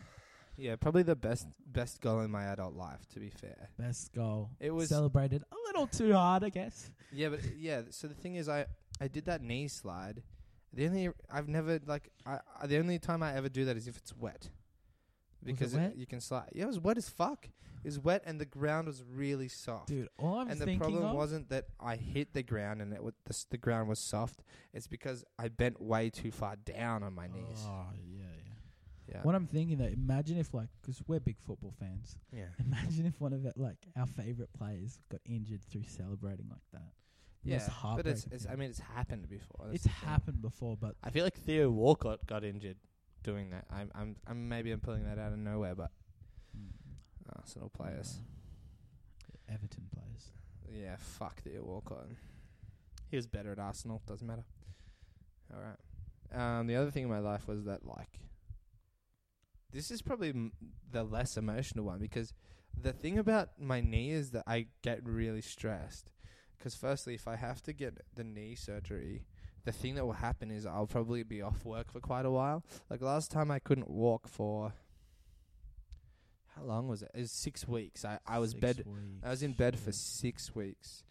Yeah, probably the best best goal in my adult life. To be fair.
Best goal.
It was-
celebrated a little too hard, I guess.
Yeah, but yeah. So the thing is, I I did that knee slide. The only I've never like I, I the only time I ever do that is if it's wet,
Was it
because
wet?
you can slide. Yeah, it was wet as fuck. It was wet, and the ground was really soft.
Dude, all I'm
and the
thinking
problem
of
wasn't that I hit the ground and it was, the, s- the ground was soft. It's because I bent way too far down on my knees.
Oh yeah, yeah.
Yeah,
What I'm thinking though, imagine if like 'cause we're big football fans.
yeah,
Imagine if one of our, like our favorite players got injured through celebrating like that. The most
yeah. But it's,
heartbreaking
it's
thing.
I mean it's happened before. that's
it's
the thing.
happened before, but
I feel like Theo Walcott got injured doing that. I'm I'm, I'm maybe I'm pulling that out of nowhere, but
mm,
Arsenal Ah, players.
uh, Everton players.
Yeah, fuck Theo Walcott. He was better at Arsenal. Doesn't matter. All right. Um, the other thing in my life was that like, this is probably m- the less emotional one because the thing about my knee is that I get really stressed. 'Cause firstly, if I have to get the knee surgery, the thing that will happen is I'll probably be off work for quite a while. Like last time, I couldn't walk for. How long was it? It was six weeks. I, I was
Six
bed
weeks.
I was in bed for
Shit.
six weeks.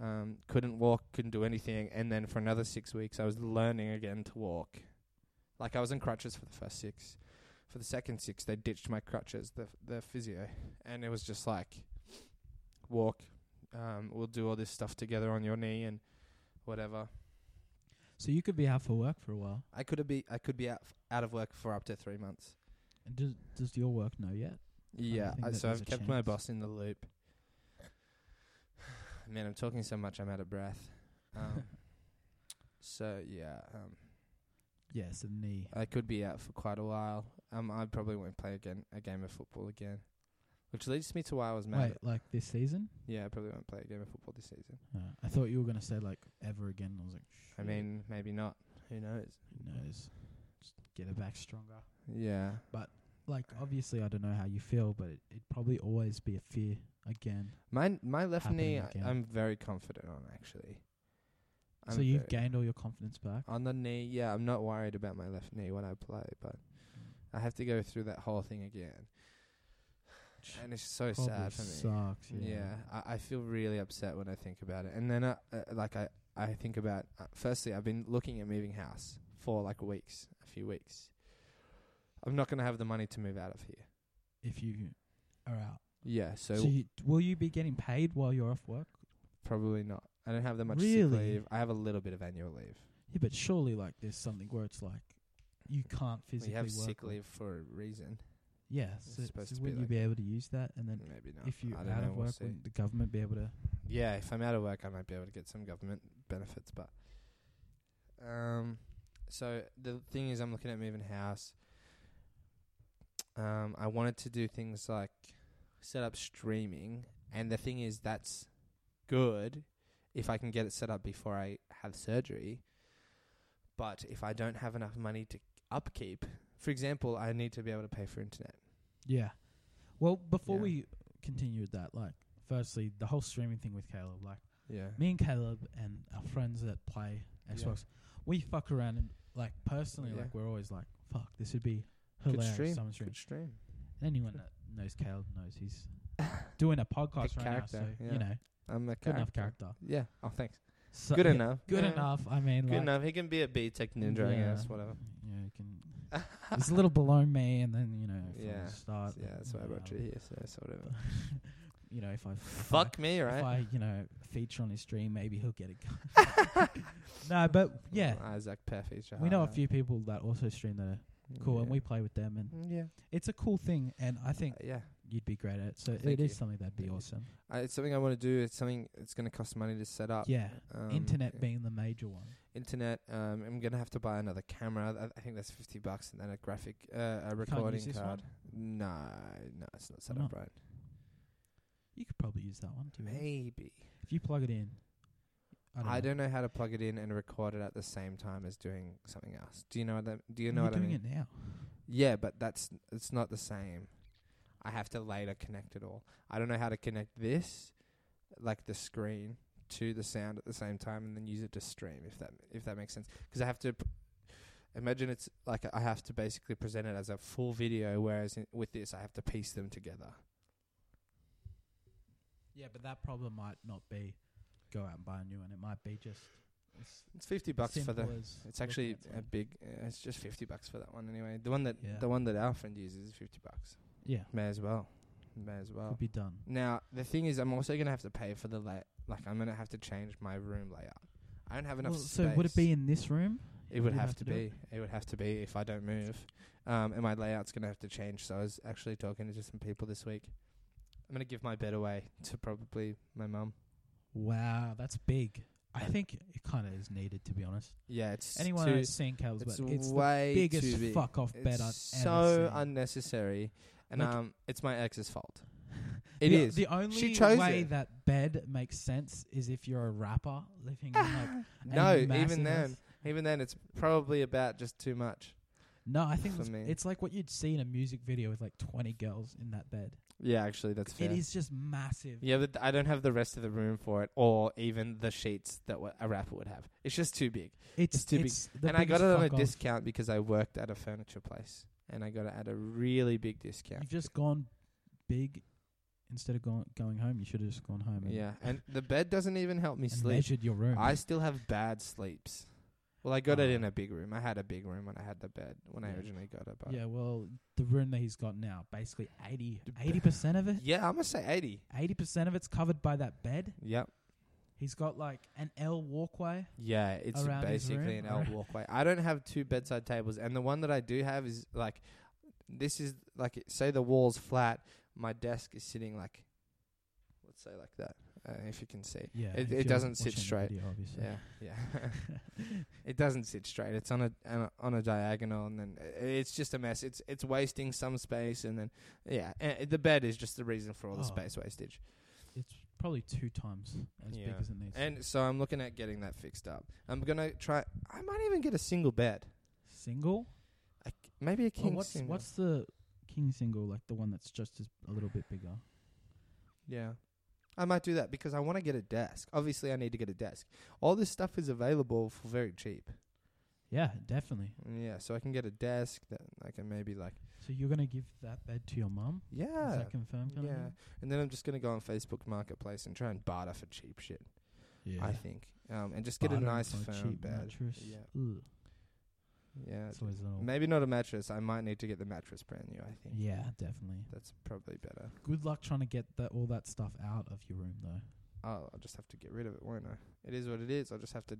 Um, couldn't walk, couldn't do anything, and then for another six weeks, I was learning again to walk. Like I was in crutches for the first six. For the second six, they ditched my crutches, the the physio, and it was just like, walk. Um, we'll do all this stuff together on your knee and whatever.
So you could be out for work for a while.
I could be I could be out out of work for up to three months.
And does does your work know yet?
Yeah,
think
I,
that
so
there's
I've
a
kept my
chance.
boss in the loop. Man, I'm talking so much, I'm out of breath. Um, so yeah, um,
Yes, a knee.
I could be out for quite a while. Um, I probably won't play again a game of football again, which leads me to why I was mad.
Wait, like this season?
Yeah, I probably won't play a game of football this season.
Uh, I thought you were gonna say like ever again. I was like,
I
shit,
mean, maybe not. Who knows?
who knows? Just get it back stronger.
Yeah,
Like obviously, I don't know how you feel, but it, it'd probably always be a fear again.
my my left knee, I,
Happening again.
I'm very confident on actually.
so you've
very-
gained all your confidence back.
on the knee. Yeah, I'm not worried about my left knee when I play, but I have to go through that whole thing again,
which
and it's so
probably
sad for me.
Sucks.
yeah,
Yeah.
I, I feel really upset when I think about it, and then uh, uh, like I I think about uh, firstly I've been looking at moving house for like weeks, a few weeks. I'm not gonna have the money to move out of here.
If you are out,
Yeah, so,
so, you, will you be getting paid while you're off work?
probably not. I don't have that much sick
Really?
leave. I have a little bit of annual leave.
Yeah, but surely like there's something where it's like you can't physically
We have
work.
sick leave for a reason.
Yeah,
It's
so,
supposed
so
to be
would you
like
be able to use that? And then
Maybe not.
if you're
I don't
out
know,
of
we'll
work,
see.
would the government be able to?
yeah, if I'm out of work, I might be able to get some government benefits. But um, so the thing is, I'm looking at moving house. Um, I wanted to do things like set up streaming, and the thing is, that's good if I can get it set up before I have surgery. But if I don't have enough money to upkeep, for example, I need to be able to pay for internet.
Yeah. Well, before
Yeah.
we continue with that, like, firstly, the whole streaming thing with Caleb, like,
Yeah.
me and Caleb and our friends that play
Yeah.
Xbox, we fuck around and like personally,
Yeah.
like we're always like, fuck, this would be
Good
hilarious.
stream.
Someone stream.
Good stream.
And anyone that knows Caleb knows he's doing a podcast right now,
character,
so
yeah.
you know,
I'm a
good enough character.
Yeah. Oh, thanks.
So,
good
yeah,
enough.
Good
Yeah.
enough. I mean,
Good
like,
enough. He can be a B tech ninja, I
yeah.
guess. Whatever.
Yeah, you can. He's a little below me, and then you know, from
Yeah.
the start,
yeah, that's why I brought you
um,
here. So, so whatever.
You know, if I if I-
Fuck me,
If
right?
I, you know, feature on his stream, maybe he'll get it. no, but yeah,
Isaac Peff. He's your
we know a
highlight.
few people that also stream that are cool, and
Yeah.
we play with them, and
Mm, Yeah.
it's a cool thing. And I think
Uh, yeah.
you'd be great at it. So
Thank
it is
you.
something that'd be
Thank you.
awesome.
I, it's something I want to do. It's something. It's going to cost money to set up.
yeah,
Um,
internet
yeah.
being the major one.
Internet. Um, I'm going to have to buy another camera. Th- I think that's fifty bucks, and then a graphic, uh, a recording
use this
card. No, no, it's not set
Why
up right.
You could probably use that one too.
Maybe.
If you plug it in, I don't.
I
know.
don't know how to plug it in and record it at the same time as doing something else. Do you know what I, do you know
You're
what I
doing
mean?
it now.
Yeah, but that's it's not the same. I have to later connect it all. I don't know how to connect this, like the screen, to the sound at the same time, and then use it to stream. If that if that makes sense, because I have to p- imagine it's like I have to basically present it as a full video, whereas in, with this I have to piece them together.
Yeah, but that problem might not be go out and buy a new one. It might be just it's
It's fifty bucks for the.
simple as
It's
looking
actually
at
a
something.
big. Uh, it's just fifty bucks for that one anyway. The one that
Yeah.
the one that our friend uses is fifty bucks.
yeah,
May as well. May as well.
could be done.
Now the thing is, I'm also gonna have to pay for the lay. Like I'm gonna have to change my room layout. I don't have enough
Well,
space.
so would it be in this room?
It would
you'd
have,
have
to
to do
be.
it?
It would have to be if I don't move. Um, and my layout's gonna have to change. So I was actually talking to some people this week. I'm gonna give my bed away to probably my mum.
Wow, that's big. I think it kind of is needed to be honest.
Yeah, it's
Anyone
too,
who's seen Cal's
it's
bed, it's the
way
biggest
too big.
fuck off
It's
bed I've
so
ever seen.
unnecessary, and
Like-
um, it's my ex's fault. It
the,
is.
the only
chose
way
it.
that bed makes sense is if you're a rapper living in like a
no,
massive
even
house.
then, even then, it's probably about just too much.
No, I think
For
it's,
me.
it's like what you'd see in a music video with like 20 girls in that bed.
Yeah, actually, that's fair.
It is just massive.
Yeah, but I don't have the rest of the room for it, or even the sheets that wa- a rapper would have. It's just too big.
It's,
It's too big.
it's the
and I got
biggest
it on a
fuck off.
discount because I worked at a furniture place, and I got it at a really big discount.
You've just gone big instead of going going home. You should have just gone home. And,
yeah, and the bed doesn't even help me
and
sleep.
measured your room.
I still have bad sleeps. Well, I got it
Oh.
in a big room. I had a big room when I had the bed when I
Yeah.
originally got it. But
yeah, well, the room that he's got now, basically 80
The bed.
percent of it,
yeah, I'm gonna say eighty.
eighty percent of it's covered by that bed.
Yep.
He's got like an L walkway.
Yeah, it's
Around his
basically
room,
an L
right?
walkway. I don't have two bedside tables, and the one that I do have is like this is like say the wall's flat. My desk is sitting like let's say like that, uh, if you can see.
Yeah,
It-
if
it
you're
doesn't sit
watching the
straight.
video, obviously.
Yeah, yeah. it doesn't sit straight. It's on a on a- on a diagonal, and then i- it's just a mess. It's it's wasting some space, and then yeah, a the bed is just the reason for all the
Oh.
space wastage.
it's probably two times as big
Yeah.
as it needs. to be.
And so I'm looking at getting that fixed up. I'm gonna try. I might even get a single bed.
single.
A k- Maybe a
Well,
king
what's
single.
what's the king single like? The one that's just as a little bit bigger.
Yeah. I might do that because I want to get a desk. Obviously, I need to get a desk. All this stuff is available for very cheap. Mm,
Yeah, definitely.
Yeah, so I can get a desk that I can maybe like
So you're gonna give that bed to your mum? Is
yeah,
that confirmed? Kind
yeah. And then I'm just gonna go on Facebook Marketplace and try and barter for cheap shit.
yeah.
I think, um, and just get a nice firm bed.
mattress.
Yeah,
Ugh,
yeah.
that's always a little.
Maybe not a mattress. I might need to get the mattress brand new. I think.
Yeah, definitely.
That's probably better.
Good luck trying to get that all that stuff out of your room though.
I'll, I'll just have to get rid of it, won't I? It is what it is. I'll just have to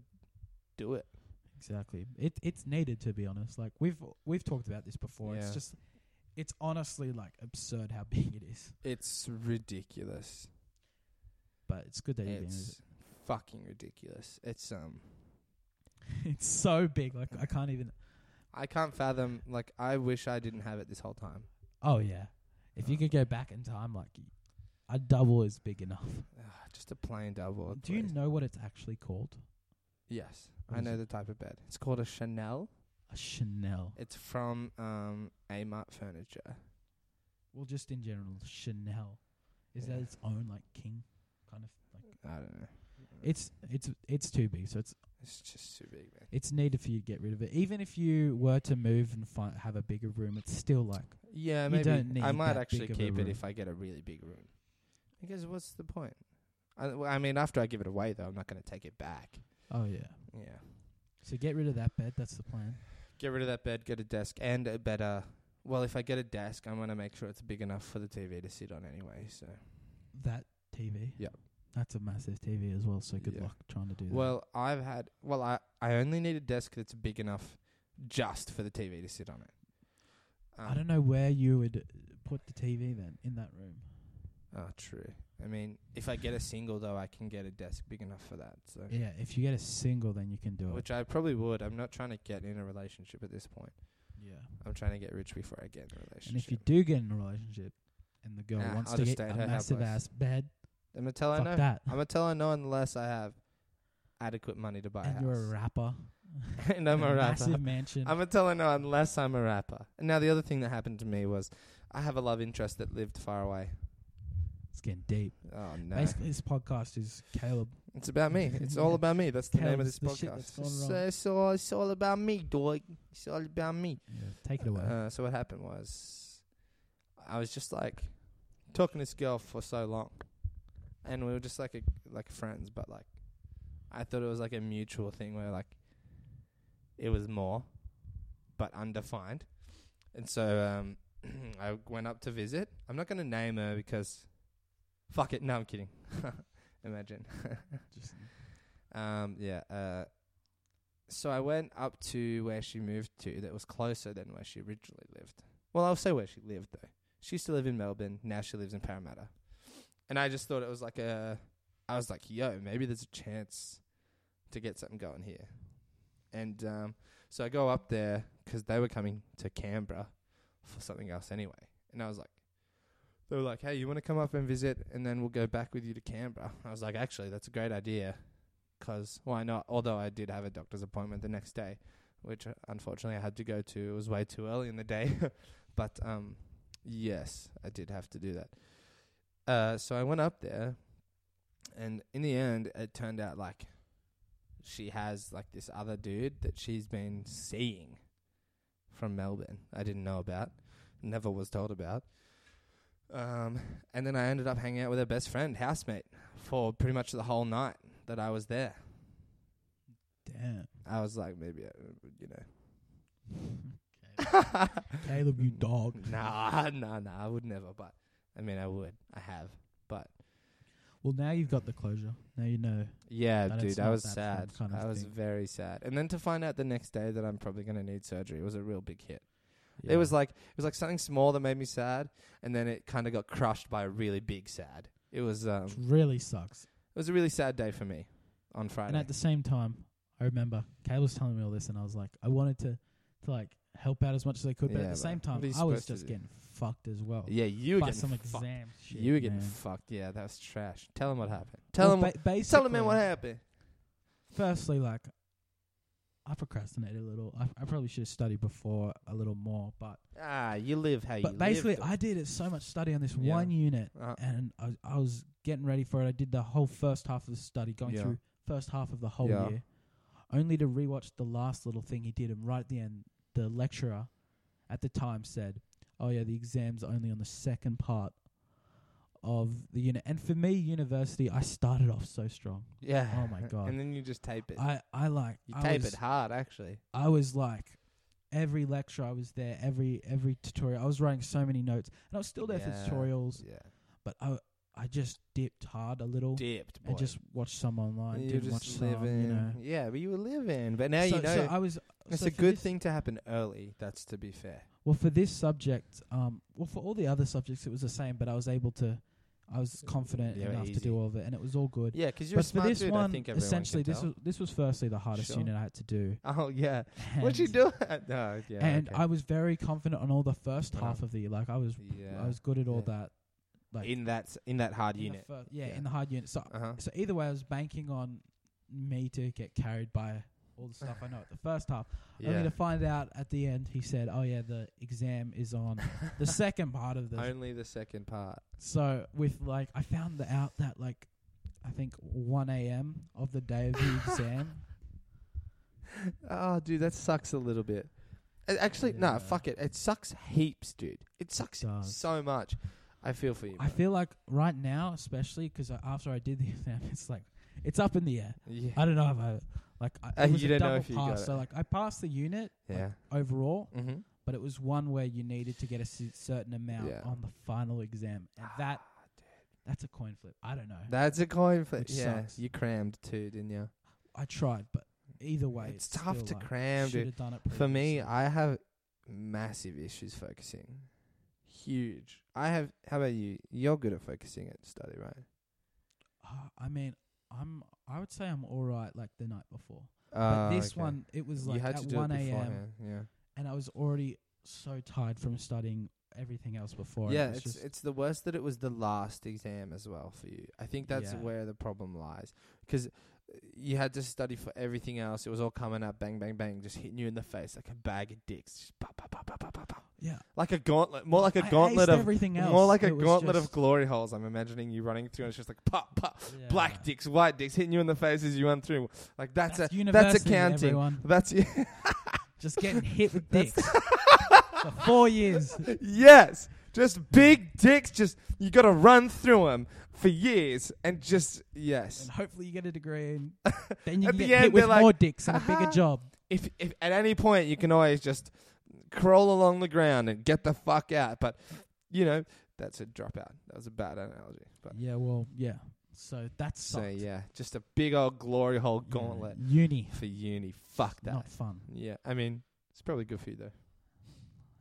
do it.
Exactly. It it's needed to be honest. Like we've we've talked about this before.
Yeah.
It's just It's honestly like absurd how big it is,
It's ridiculous.
but it's good that you're doing it.
It's fucking ridiculous. It's um
It's so big, like I can't even.
I can't fathom like I wish I didn't have it this whole time.
Oh yeah, if you could go back in time, like a double is big enough.
Ugh, Ah, just a plain double.
Do you
please.
know what it's actually called?
Yes.
What
I
is
know
it?
the type of bed. It's called a Chanel.
A Chanel.
It's from um Amart Furniture.
Well, just in general, Chanel is that
Yeah.
its own like king, kind of like
I don't know.
it's it's it's too big, so it's
It's just too big, man.
it's needed for you to get rid of it. Even if you were to move and fi- have a bigger room, it's still like
Yeah,
You
maybe
don't need
I
that
might
big
actually
of a
keep
room.
it if I get a really big room. Because what's the point? I, well, I mean, after I give it away, though, I'm not going to take it back.
oh yeah.
Yeah.
So get rid of that bed. That's the plan.
Get rid of that bed, get a desk, and a better. Well, if I get a desk, I'm going to make sure it's big enough for the TV to sit on anyway. So,
That TV.
Yep.
That's a massive TV as well. So good
Yeah.
luck trying to do that.
well, I've had. Well, I I only need a desk that's big enough just for the TV to sit on it. Um,
I don't know where you would put the TV then in that room.
Ah, true. I mean, if I get a single though, I can get a desk big enough for that. So,
Yeah, if you get a single, then you can do
which I probably would. I'm not trying to get in a relationship at this point.
it. Yeah.
I'm trying to get rich before I get in a
And if
relationship.
you do get in a relationship, and the girl
Nah,
wants
I'll
to
just
get
stay
a
at her house,
massive
boys.
ass bed,
I'm gonna tell her
fuck
no.
that.
I'm gonna tell her no unless I have adequate money to buy
and
a
you're a
house.
rapper.
and I'm
in
a rapper.
Massive mansion.
I'm gonna tell her no unless I'm a rapper. And now the other thing that happened to me was I have a love interest that lived far away.
it's getting deep.
Oh no.
Basically, this podcast is Caleb.
It's about me. It's all about me. That's the
Tell
name of
us
this
the shit that's
podcast.
gone
It's,
wrong.
uh, it's all, it's all about me, dog. It's all about me.
Take it away.
Uh, so what happened was, I was just like talking to this girl for so long, and we were just like a, like friends, but like I thought it was like a mutual thing where like it was more, but undefined, and so um, I went up to visit. I'm not gonna name her because, fuck it. No, I'm kidding. Imagine.
Just
Um, yeah. Uh, so I went up to where she moved to that was closer than where she originally lived. Well, I'll say where she lived, though. She used to live in Melbourne. Now she lives in Parramatta. And I just thought it was like a. I was like, yo, maybe there's a chance to get something going here. And um, so I go up there 'cause they were coming to Canberra for something else anyway. And I was like, they were like, hey, you want to come up and visit and then we'll go back with you to Canberra? I was like, actually, that's a great idea 'cause why not? Although I did have a doctor's appointment the next day, which uh, unfortunately I had to go to. It was way too early in the day, but um, yes, I did have to do that. Uh, so I went up there, and in the end, it turned out like she has like this other dude that she's been seeing from Melbourne. I didn't know about, never was told about. Um, and then I ended up hanging out with her best friend, housemate, for pretty much the whole night that I was there.
damn.
I was like, maybe, uh, you know.
Caleb, you dog.
Nah, nah, nah. I would never, but I mean, I would. I have, but
Well, now you've got the closure. Now you know.
yeah,
But it's
dude, I
not
was
that
sad.
kind of
I was
thing.
very sad. And then to find out the next day that I'm probably gonna need surgery was a real big hit.
Yeah.
It was like it was like something small that made me sad, and then it kind of got crushed by a really big sad. It was um,
Which
it
really sucks.
was a really sad day for me on Friday.
And at the same time, I remember Caleb was telling me all this, and I was like, I wanted to, to like help out as much as I could, but
Yeah,
at the
but
same time,
what are you
I was
supposed to
just
do?
getting fucked as well.
yeah, you were
by
getting
some
fucked.
exam shit.
you were getting
man.
fucked. Yeah, that was trash. Tell him what happened. Tell him.
Well,
what,
ba- basically,
tell him man what happened.
Firstly, like I procrastinated a little. I, I probably should have studied before a little more, but
Ah, you live how you
but basically,
live.
I did so much study on this
Yeah.
one unit,
Uh,
and I, I was getting ready for it. I did the whole first half of the study, going
Yeah.
through first half of the whole
Yeah.
year, only to rewatch the last little thing he did. And right at the end, the lecturer at the time said, "Oh yeah, the exams are only on the second part of the unit." And for me, university, I started off so strong.
yeah.
Oh my god,
And then you just tape it.
I I like
you
I
tape
was-
it hard, actually.
I was like every lecture I was there, every every tutorial I was writing so many notes, and I was still there
Yeah.
for tutorials,
Yeah.
but I I just dipped hard a little
Dipped, boy.
and just watched some online,
you were
didn't
just
watch some,
living.
you know.
Yeah, but you were living. But now
so,
you know
so I was.
it's
so
a
for
good
this-
thing to happen early. That's to be fair.
Well, for this subject, um, well, for all the other subjects, it was the same, but I was able to, I was confident
Yeah,
enough to
easy.
do all of it, and it was all good.
Yeah, because you're
but
a smart
for this
dude.
one,
I think everyone
essentially,
can
this
tell.
was this was firstly the hardest
Sure.
unit I had to do.
Oh yeah,
And,
what'd you do? no, yeah,
and
okay.
I was very confident on all the first
Yeah.
half of the like I was
yeah.
I was good at all
Yeah.
that like
in that s- in that hard
in the
unit.
fir- yeah,
Yeah.
in the hard unit. So
Uh huh.
so either way, I was banking on me to get carried by all the stuff I know at the first half. Only
Yeah.
to find out at the end, he said, "Oh yeah, the exam is on the second part of this."
Only the second part.
So with like, I found the out that like, I think 1 a.m. of the day of the exam.
Oh, dude, that sucks a little bit. Uh, Actually, no,
Yeah.
fuck it. It sucks heaps, dude. It sucks
Does.
so much. I feel for you.
I
bro.
feel like right now, especially 'cause I after I did the exam, it's like it's up in the air.
Yeah.
I don't know if I like. I,
Uh,
it was
you
a
don't know
double
if you
pass,
got it.
So like, I passed the unit like,
Yeah.
overall,
mm-hmm.
but it was one where you needed to get a c- certain amount
Yeah. Ah.
on the final exam, and that that's a coin flip. I don't know.
That's a coin flip.
Which
Yeah,
sucks.
you crammed too, didn't you?
I tried, but either way,
It's tough
still
to
like,
cram,
should
dude.
have done it
For me,
previously.
I have massive issues focusing. Huge. I have. How about you? You're good at focusing at study, right?
Uh, I mean, I'm. I would say I'm all right. Like the night before,
Ah,
but this
okay.
one, it was
you
like
had
at
to do
one
it
a.m.
beforehand, Yeah.
and I was already so tired from studying everything else before.
Yeah,
it was
it's
just,
it's the worst that it was the last exam as well for you. I think that's
Yeah.
where the problem lies because you had to study for everything else. It was all coming up, bang, bang, bang, just hitting you in the face like a bag of dicks, just pop, pop, pop, pop, pop, pop, pop.
yeah,
like a gauntlet, more like a
I
gauntlet
aced
of
everything else.
more like a
It was
gauntlet
just-
of glory holes. I'm imagining you running through, and it's just like pop, pop,
Yeah.
black dicks, white dicks, hitting you in the face as you run through. Like that's,
That's
a that's
university,
accounting.
everyone.
That's
Just getting hit with dicks for four years.
Yes, just big dicks. Just you got to run through them for years, and just yes.
And hopefully you get a degree and then you
At
can
the
get
end,
hit with
they're like, "Uh-huh."
more dicks and a bigger
"Aha."
job.
If, if at any point you can always just crawl along the ground and get the fuck out, but you know that's a dropout. That was a bad analogy, but
Yeah, well, yeah. So that's
so yeah, just a big old glory hole gauntlet
Uni.
for uni. Fuck that.
Not fun.
Yeah, I mean it's probably good for you though.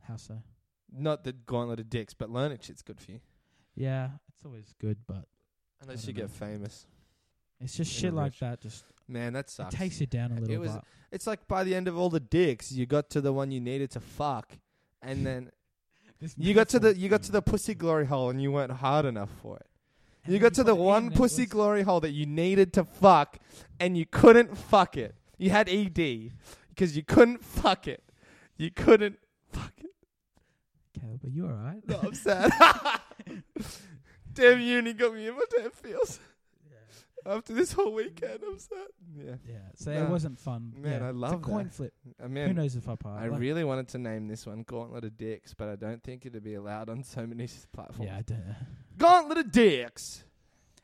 How so?
Not the gauntlet of dicks, but learning shit's good for you.
Yeah, it's always good, but
Unless
don't
you
know.
get famous,
it's just
It'll
shit like
reach-
that. Just
man, that
it
sucks.
takes you down a little
was-
bit.
It's like by the end of all the dicks, you got to the one you needed to fuck, and then
This
you got to the
metaphor.
you got to the pussy glory hole, and you weren't hard enough for it.
And
You
then
got to
put
the
it in
one
and it
pussy
was-
glory hole that you needed to fuck, and you couldn't fuck it. You had ED because you couldn't fuck it. You couldn't fuck it.
Caleb, are you alright?
No, I'm sad. Damn uni got me in my damn feels. After this whole weekend, I'm sad. Yeah,
Yeah, so it
Nah.
wasn't fun.
Man,
yeah.
I
it's
love
a coin
that.
flip.
I
Who
mean,
knows if I pass?
I really wanted to name this one Gauntlet of Dicks, but I don't think it'd be allowed on so many s- platforms.
Yeah, I don't know.
Gauntlet of Dicks.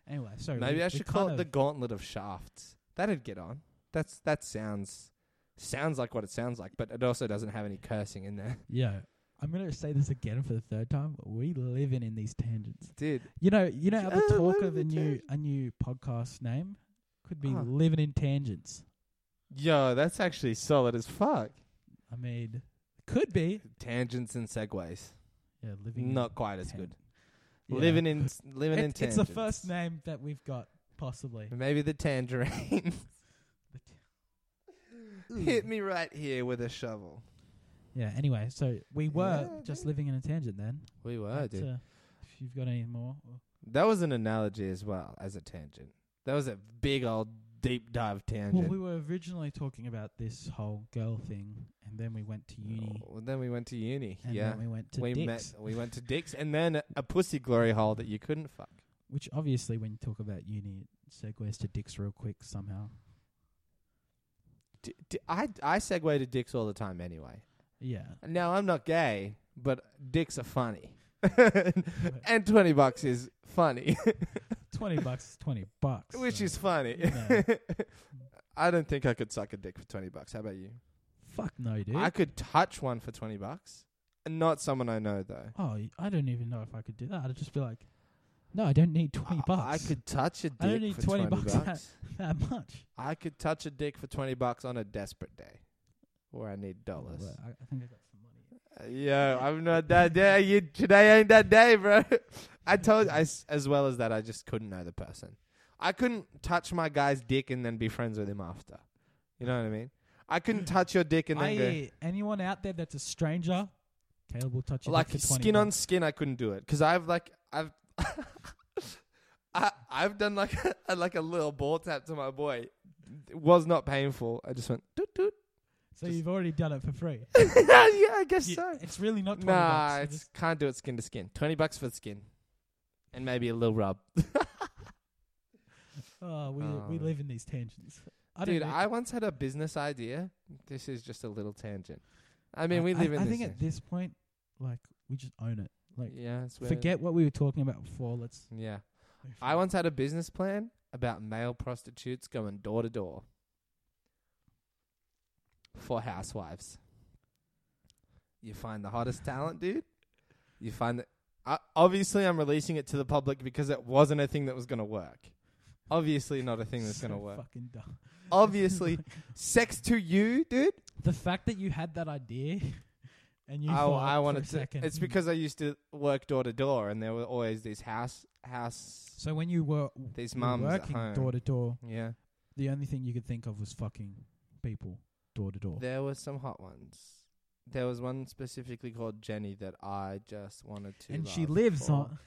Anyway, sorry.
Maybe
we-
I
we
should call
kind
it the
of-
Gauntlet of Shafts. That'd get on. That's that sounds sounds like what it sounds like, but it also doesn't have any cursing in there,
Yeah. I'm gonna say this again for the third time. But we living in these tangents.
dude.
You know, you know, how
Yeah,
the talk
living
of a
in
new a new podcast name could be
Huh.
living in tangents.
Yo, that's actually solid as fuck.
I mean, could be.
Tangents and segues,
Yeah, living. in
not quite as
Tan-
good.
yeah.
Living in living in
It's, it's
tangents.
the first name that we've got possibly.
Maybe the tangerine
The t-
hit me right here with a shovel.
Yeah. Anyway, so we were
Yeah,
just
dude.
living in a tangent then.
We
Back to- if you've got any more, or-
That was an analogy as well as a tangent. That was a big old deep dive tangent.
Well, we were originally talking about this whole girl thing, and then we went to uni,
Oh, Well, then we went to uni.
and
yeah.
then we went to
We
Dick's,
met. We went to Dick's, and then a pussy glory hole that you couldn't fuck.
which obviously, when you talk about uni, it segues to Dick's real quick somehow.
D- d- I I segue to Dick's all the time anyway.
Yeah,
Now I'm not gay, but Dick's are funny, and twenty bucks is funny,
twenty bucks is twenty bucks,
which
so,
is funny.
you know.
I don't think I could suck a dick for twenty bucks. How about you?
fuck no, dude.
I could touch one for twenty bucks, and not someone I know though.
oh, y- I don't even know if I could do that. I'd just be like, no, I don't need
I-
twenty bucks.
I could touch a dick
I don't need
for
20
20,
bucks.
bucks.
that much.
I could touch a dick for 20 bucks on a desperate day where I need dollars. Uh,
Well, I, I think I got some money.
Yo, I'm not that day. You, today ain't that day, bro. I told I s as well as that I just couldn't know the person. I couldn't touch my guy's dick and then be friends with him after. You know what I mean? I couldn't touch your dick and then go.
I, anyone out there that's a stranger, Caleb will touch you
like
for 20
skin on
bucks.
skin, I couldn't do it because I've like I've I, I've done like a, like a little ball tap to my boy. It was not painful. I just went doot doot.
So
just-
you've already done it for free.
yeah, I guess
You-
so.
It's really not twenty
Nah,
bucks.
it's can't do it skin to skin. Twenty bucks for the skin, and maybe a little rub.
oh, we we
Oh.
live in these tangents. I don't
Dude,
know.
I once had a business idea. This is just a little tangent. I mean, we
I-
live
I,
in
I
this.
think at this point, like we just own it. Like
yeah, it's weird.
forget what we were talking about before. Let's.
Yeah, I once had a business plan about male prostitutes going door to door for housewives. You find the hottest talent, dude. You find that. Uh, obviously, I'm releasing it to the public because it wasn't a thing that was going to work. Obviously, not a thing that's
So
going to work.
Fucking dumb.
Obviously, sex to you, dude.
The fact that you had that idea and you
I,
thought
I
for
wanted
a
to.
second. hmm.
It's because I used to work door to door, and there were always these house house
so when you were
these
you were
mums at
working
home.
door to door,
yeah,
the only thing you could think of was fucking people door to door.
there were some hot ones. There was one specifically called Jenny that I just wanted to.
And she
love
lives
for-
on.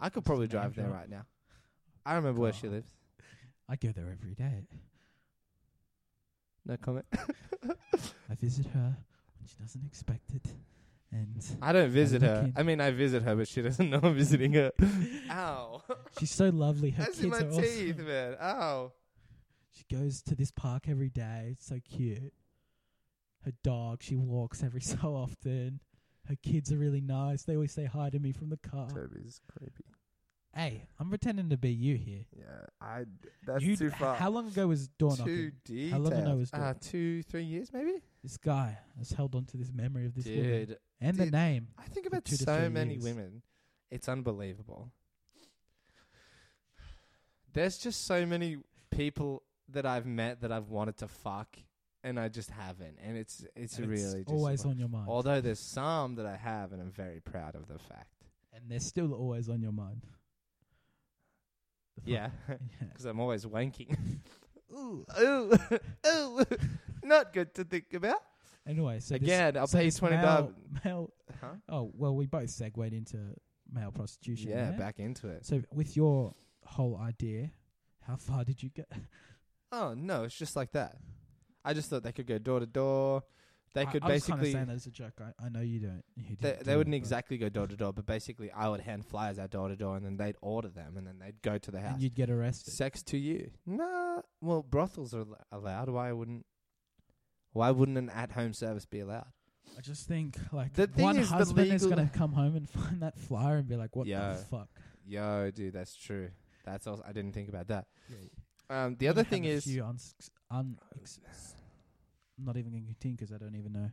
I could probably
Just name
drive there
drop.
right now. I remember where she
God.
lives.
I go there every day.
No comment.
I visit her when she doesn't expect it, and
I don't visit her.
looking.
I mean, I visit her, but she doesn't know I'm visiting her. Ow!
she's so lovely. Her
That's in
kids
my
are awesome.
teeth, man. Ow!
She goes to this park every day. It's so cute. Her dog, she walks every so often. Her kids are really nice. They always say hi to me from the car.
Toby's creepy.
Hey, I'm pretending to be you here.
Yeah, I.
You- h- How long ago was door
Too
knocking?
detailed.
How long ago was
uh,
door-
two, three years maybe.
This guy has held on to this memory of this woman
Dude,
and the
dude,
name.
I think
for
about
two to
so
three
many
years.
women. It's unbelievable. There's just so many people that I've met that I've wanted to fuck and I just haven't. And it's it's
and
really just
always on your mind.
Although there's some that I have and I'm very proud of the fact.
and they're still always on your mind. The fuck-
Yeah.
yeah.
Because I'm always wanking. ooh, ooh, ooh. Not good to think about.
Anyway, so this-
Again, I'll
so
pay you
this
twenty
male-
dollars.
Male.
Huh?
Oh well, we both segued into male prostitution.
Yeah,
there.
back into it.
So with your whole idea, how far did you get?
Oh no, it's just like that. I just thought they could go door to door. They
I-
could
I was kinda
basically
saying that as a joke. I, I know you don't. You
they,
didn't do
they
it,
wouldn't
but-
exactly go door to door, but basically I would hand flyers out door to door, and then they'd order them, and then they'd go to the house.
And you'd get arrested.
Sex to you? Nah. Well, brothels are al- allowed. Why wouldn't? Why wouldn't an at-home service be allowed?
I just think like
The thing
one
is the
husband is
legal-
gonna come home and find that flyer and be like, "What
Yeah.
the fuck?"
Yo, dude, that's true. That's also I didn't think about that.
Yeah, you
Um, the other
gotta
thing
have a
is,
few uns- un- ex- I'm not even gonna continue 'cause I don't even know.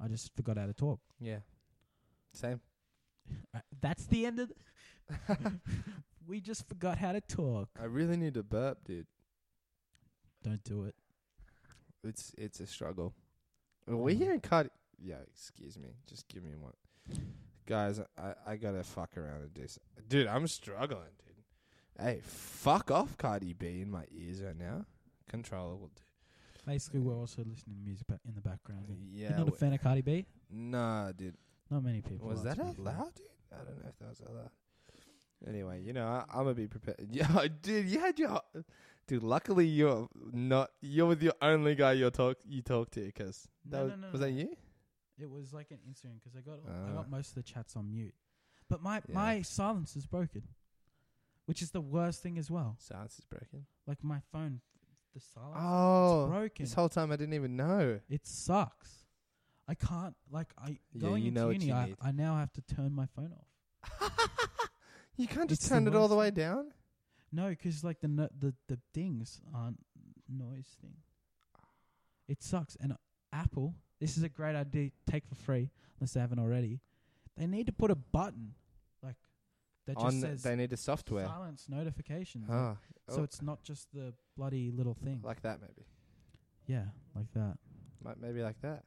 I just forgot how to talk.
yeah, same.
Uh, That's the end of. The we just forgot how to talk.
I really need a burp, dude.
Don't do it.
It's it's a struggle.
Mm-hmm.
Are we here in Cardi? Yeah, excuse me. Just give me one, guys. I I gotta fuck around and do s Dude, I'm struggling, dude. Hey, fuck off, Cardi B, in my ears right now. Controllable,
Basically, we're also listening to music ba- in the background.
dude. Yeah.
You're not a
w-
fan of Cardi B?
nah, dude.
Not many people.
Was
are,
that
to be
out
fair.
loud, dude? I don't know if that was out loud. Anyway, you know, I, I'm gonna be prepared. Yeah, dude, you had your, dude. Luckily, you're not. You're with the only guy you talk you talk to, 'cause that
No,
was,
no, no,
was
no.
that you?
It was like an Instagram 'cause I got I
Ah.
got most of the chats on mute, but my
Yeah.
my silence is broken, which is the worst thing as well.
Silence is broken.
Like my phone, the silence
Oh,
is broken.
this whole time I didn't even know.
it sucks. I can't like I
Yeah,
going
you
into
know what
uni.
you
I,
need.
I now have to turn my phone off.
You can't just
It's the
turn it all
worst
the way
thing.
down.
No, 'cause like the no, the the things aren't noise thing. It sucks. And uh, Apple, this is a great idea. Take for free unless they haven't already. They need to put a button like that just
On the,
says
they need the software.
silence notifications. like,
Huh.
So
Oh.
it's not just the bloody little thing.
Like that, maybe.
yeah, like that.
Like maybe like that.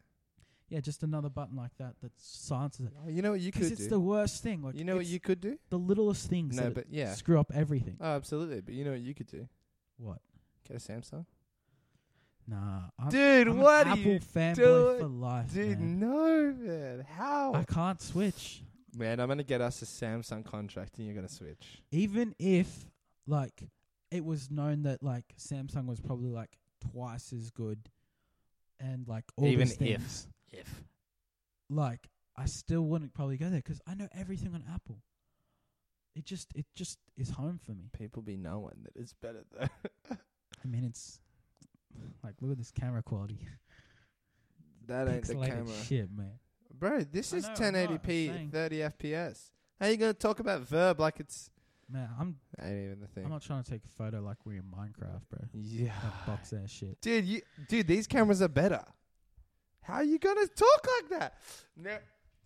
Yeah, just another button like that that silences it.
Oh, you know what you
'Cause
could
it's
do?
the worst thing. Like
you know what
it's
you could do?
the littlest things
No,
that
but yeah.
screw up everything.
Oh, absolutely. But you know what you could do?
what?
Get a Samsung.
Nah, I'm,
Dude,
I'm
what
an
are
Apple
you
fanboy
doing?
for life,
Dude,
man.
no, man. How?
I can't switch.
man, I'm going to get us a Samsung contract and you're going to switch.
even if like it was known that like Samsung was probably like twice as good, and like all
Even
these
if.
things,
If.
like I still wouldn't probably go there 'cause I know everything on Apple. It just it just is home for me.
People be knowing that it's better, though.
I mean, it's like look at this camera quality,
that ain't the
Pixelated
camera.
shit, man.
Bro, this
I
is
know, I know, I'm
1080p,
saying.
30 FPS. How you going to talk about Verb like it's.
Man, I'm
Ain't even the thing.
I'm not trying to take a photo like we're in Minecraft, bro.
yeah.
That box ass shit.
Dude, you, dude, these cameras are better. How you gonna talk like that? No,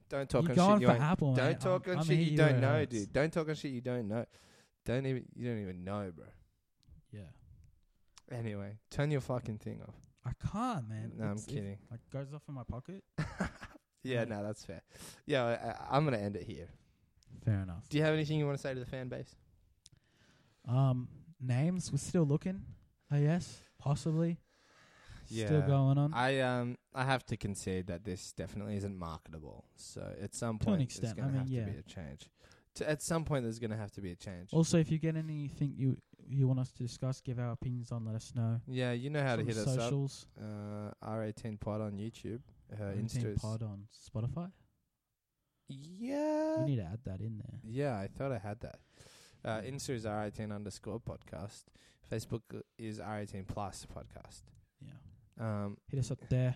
don't talk
You're
on
going
shit. You
for
ain't-
Apple,
don't
mate.
talk
I'm-
on
I'm
shit
here
you
where
don't
it
know,
hurts.
dude. Don't talk on shit you don't know. Don't even you don't even know, bro.
Yeah,
Anyway, turn your fucking thing off.
I can't, man.
no, I'm
It's- it,
kidding.
like goes off in my pocket.
Yeah,
Right.
no, that's fair. Yeah, I, I, I'm gonna end it here.
Fair enough.
Do you have anything you want to say to the fan base?
Um, names we're still looking. I guess possibly still going on.
I um I have to concede that this definitely isn't marketable. So at some
To an
point,
extent,
there's gonna
I mean,
have
yeah.
to be a change. To, at some point, there's gonna have to be a change.
also, if you get anything you you want us to discuss, give our opinions on. Let us know.
yeah, you know how to
It's
hit
on
us up.
socials.
uh, R18 Pod on YouTube. Uh,
Routine
Insta is-
pod on Spotify.
Yeah.
You need to add that in there.
yeah, I thought I had that. Uh, Insta is R18 underscore podcast. Facebook is R18 plus podcast.
Yeah,
Um,
hit us up there.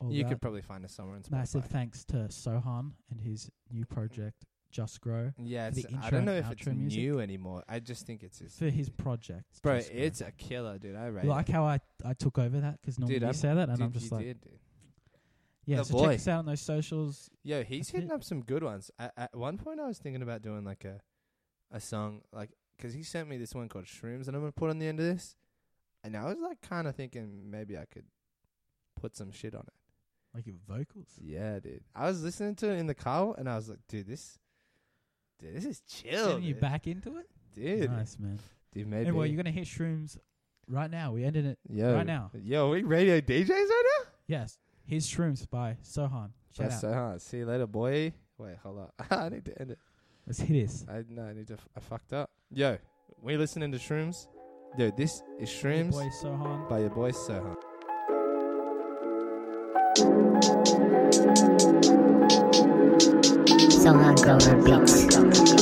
All
you
that.
could probably find us somewhere on Spotify.
massive thanks to Sohan and his new project Just Grow
yeah,
the
it's, I
intro
don't know
and
if it's
outro music.
new anymore. I just think it's his.
for his project.
Bro,
Just Grow.
it's a killer, dude. I rate
You like
it.
how I I took over that 'cause normally
Dude,
you
I'm-
say that and
Dude,
I'm just
you
like
did, dude.
yeah.
The
So
Oh, boy.
check us out on those socials.
Yo, he's
That's
hitting
it.
up some good ones. At, at one point, I was thinking about doing like a, a song like 'cause he sent me this one called Shrooms, and I'm gonna put on the end of this. And I was like kind of thinking maybe I could put some shit on it.
Like your vocals.
Yeah, dude. I was listening to it in the car, and I was like, dude, this, dude, this is chill,
Getting you
dude.
back into it.
dude.
Nice man.
Dude, Oh. maybe.
Anyway, you're gonna hit shrooms right now. We ended it.
yo,
right now.
Yo, we radio DJs right now.
Yes, here's shrooms by Sohan. Shout
That's
out.
so hard. See you later, boy. Wait, hold up. I need to end it.
Let's hit this.
I no, I need to. F- I fucked up. Yo, we listening to Shrooms. Yo, this is
Your
Shrooms
boy Sohan.
by your boy Sohan.
Sohan Grover Beats.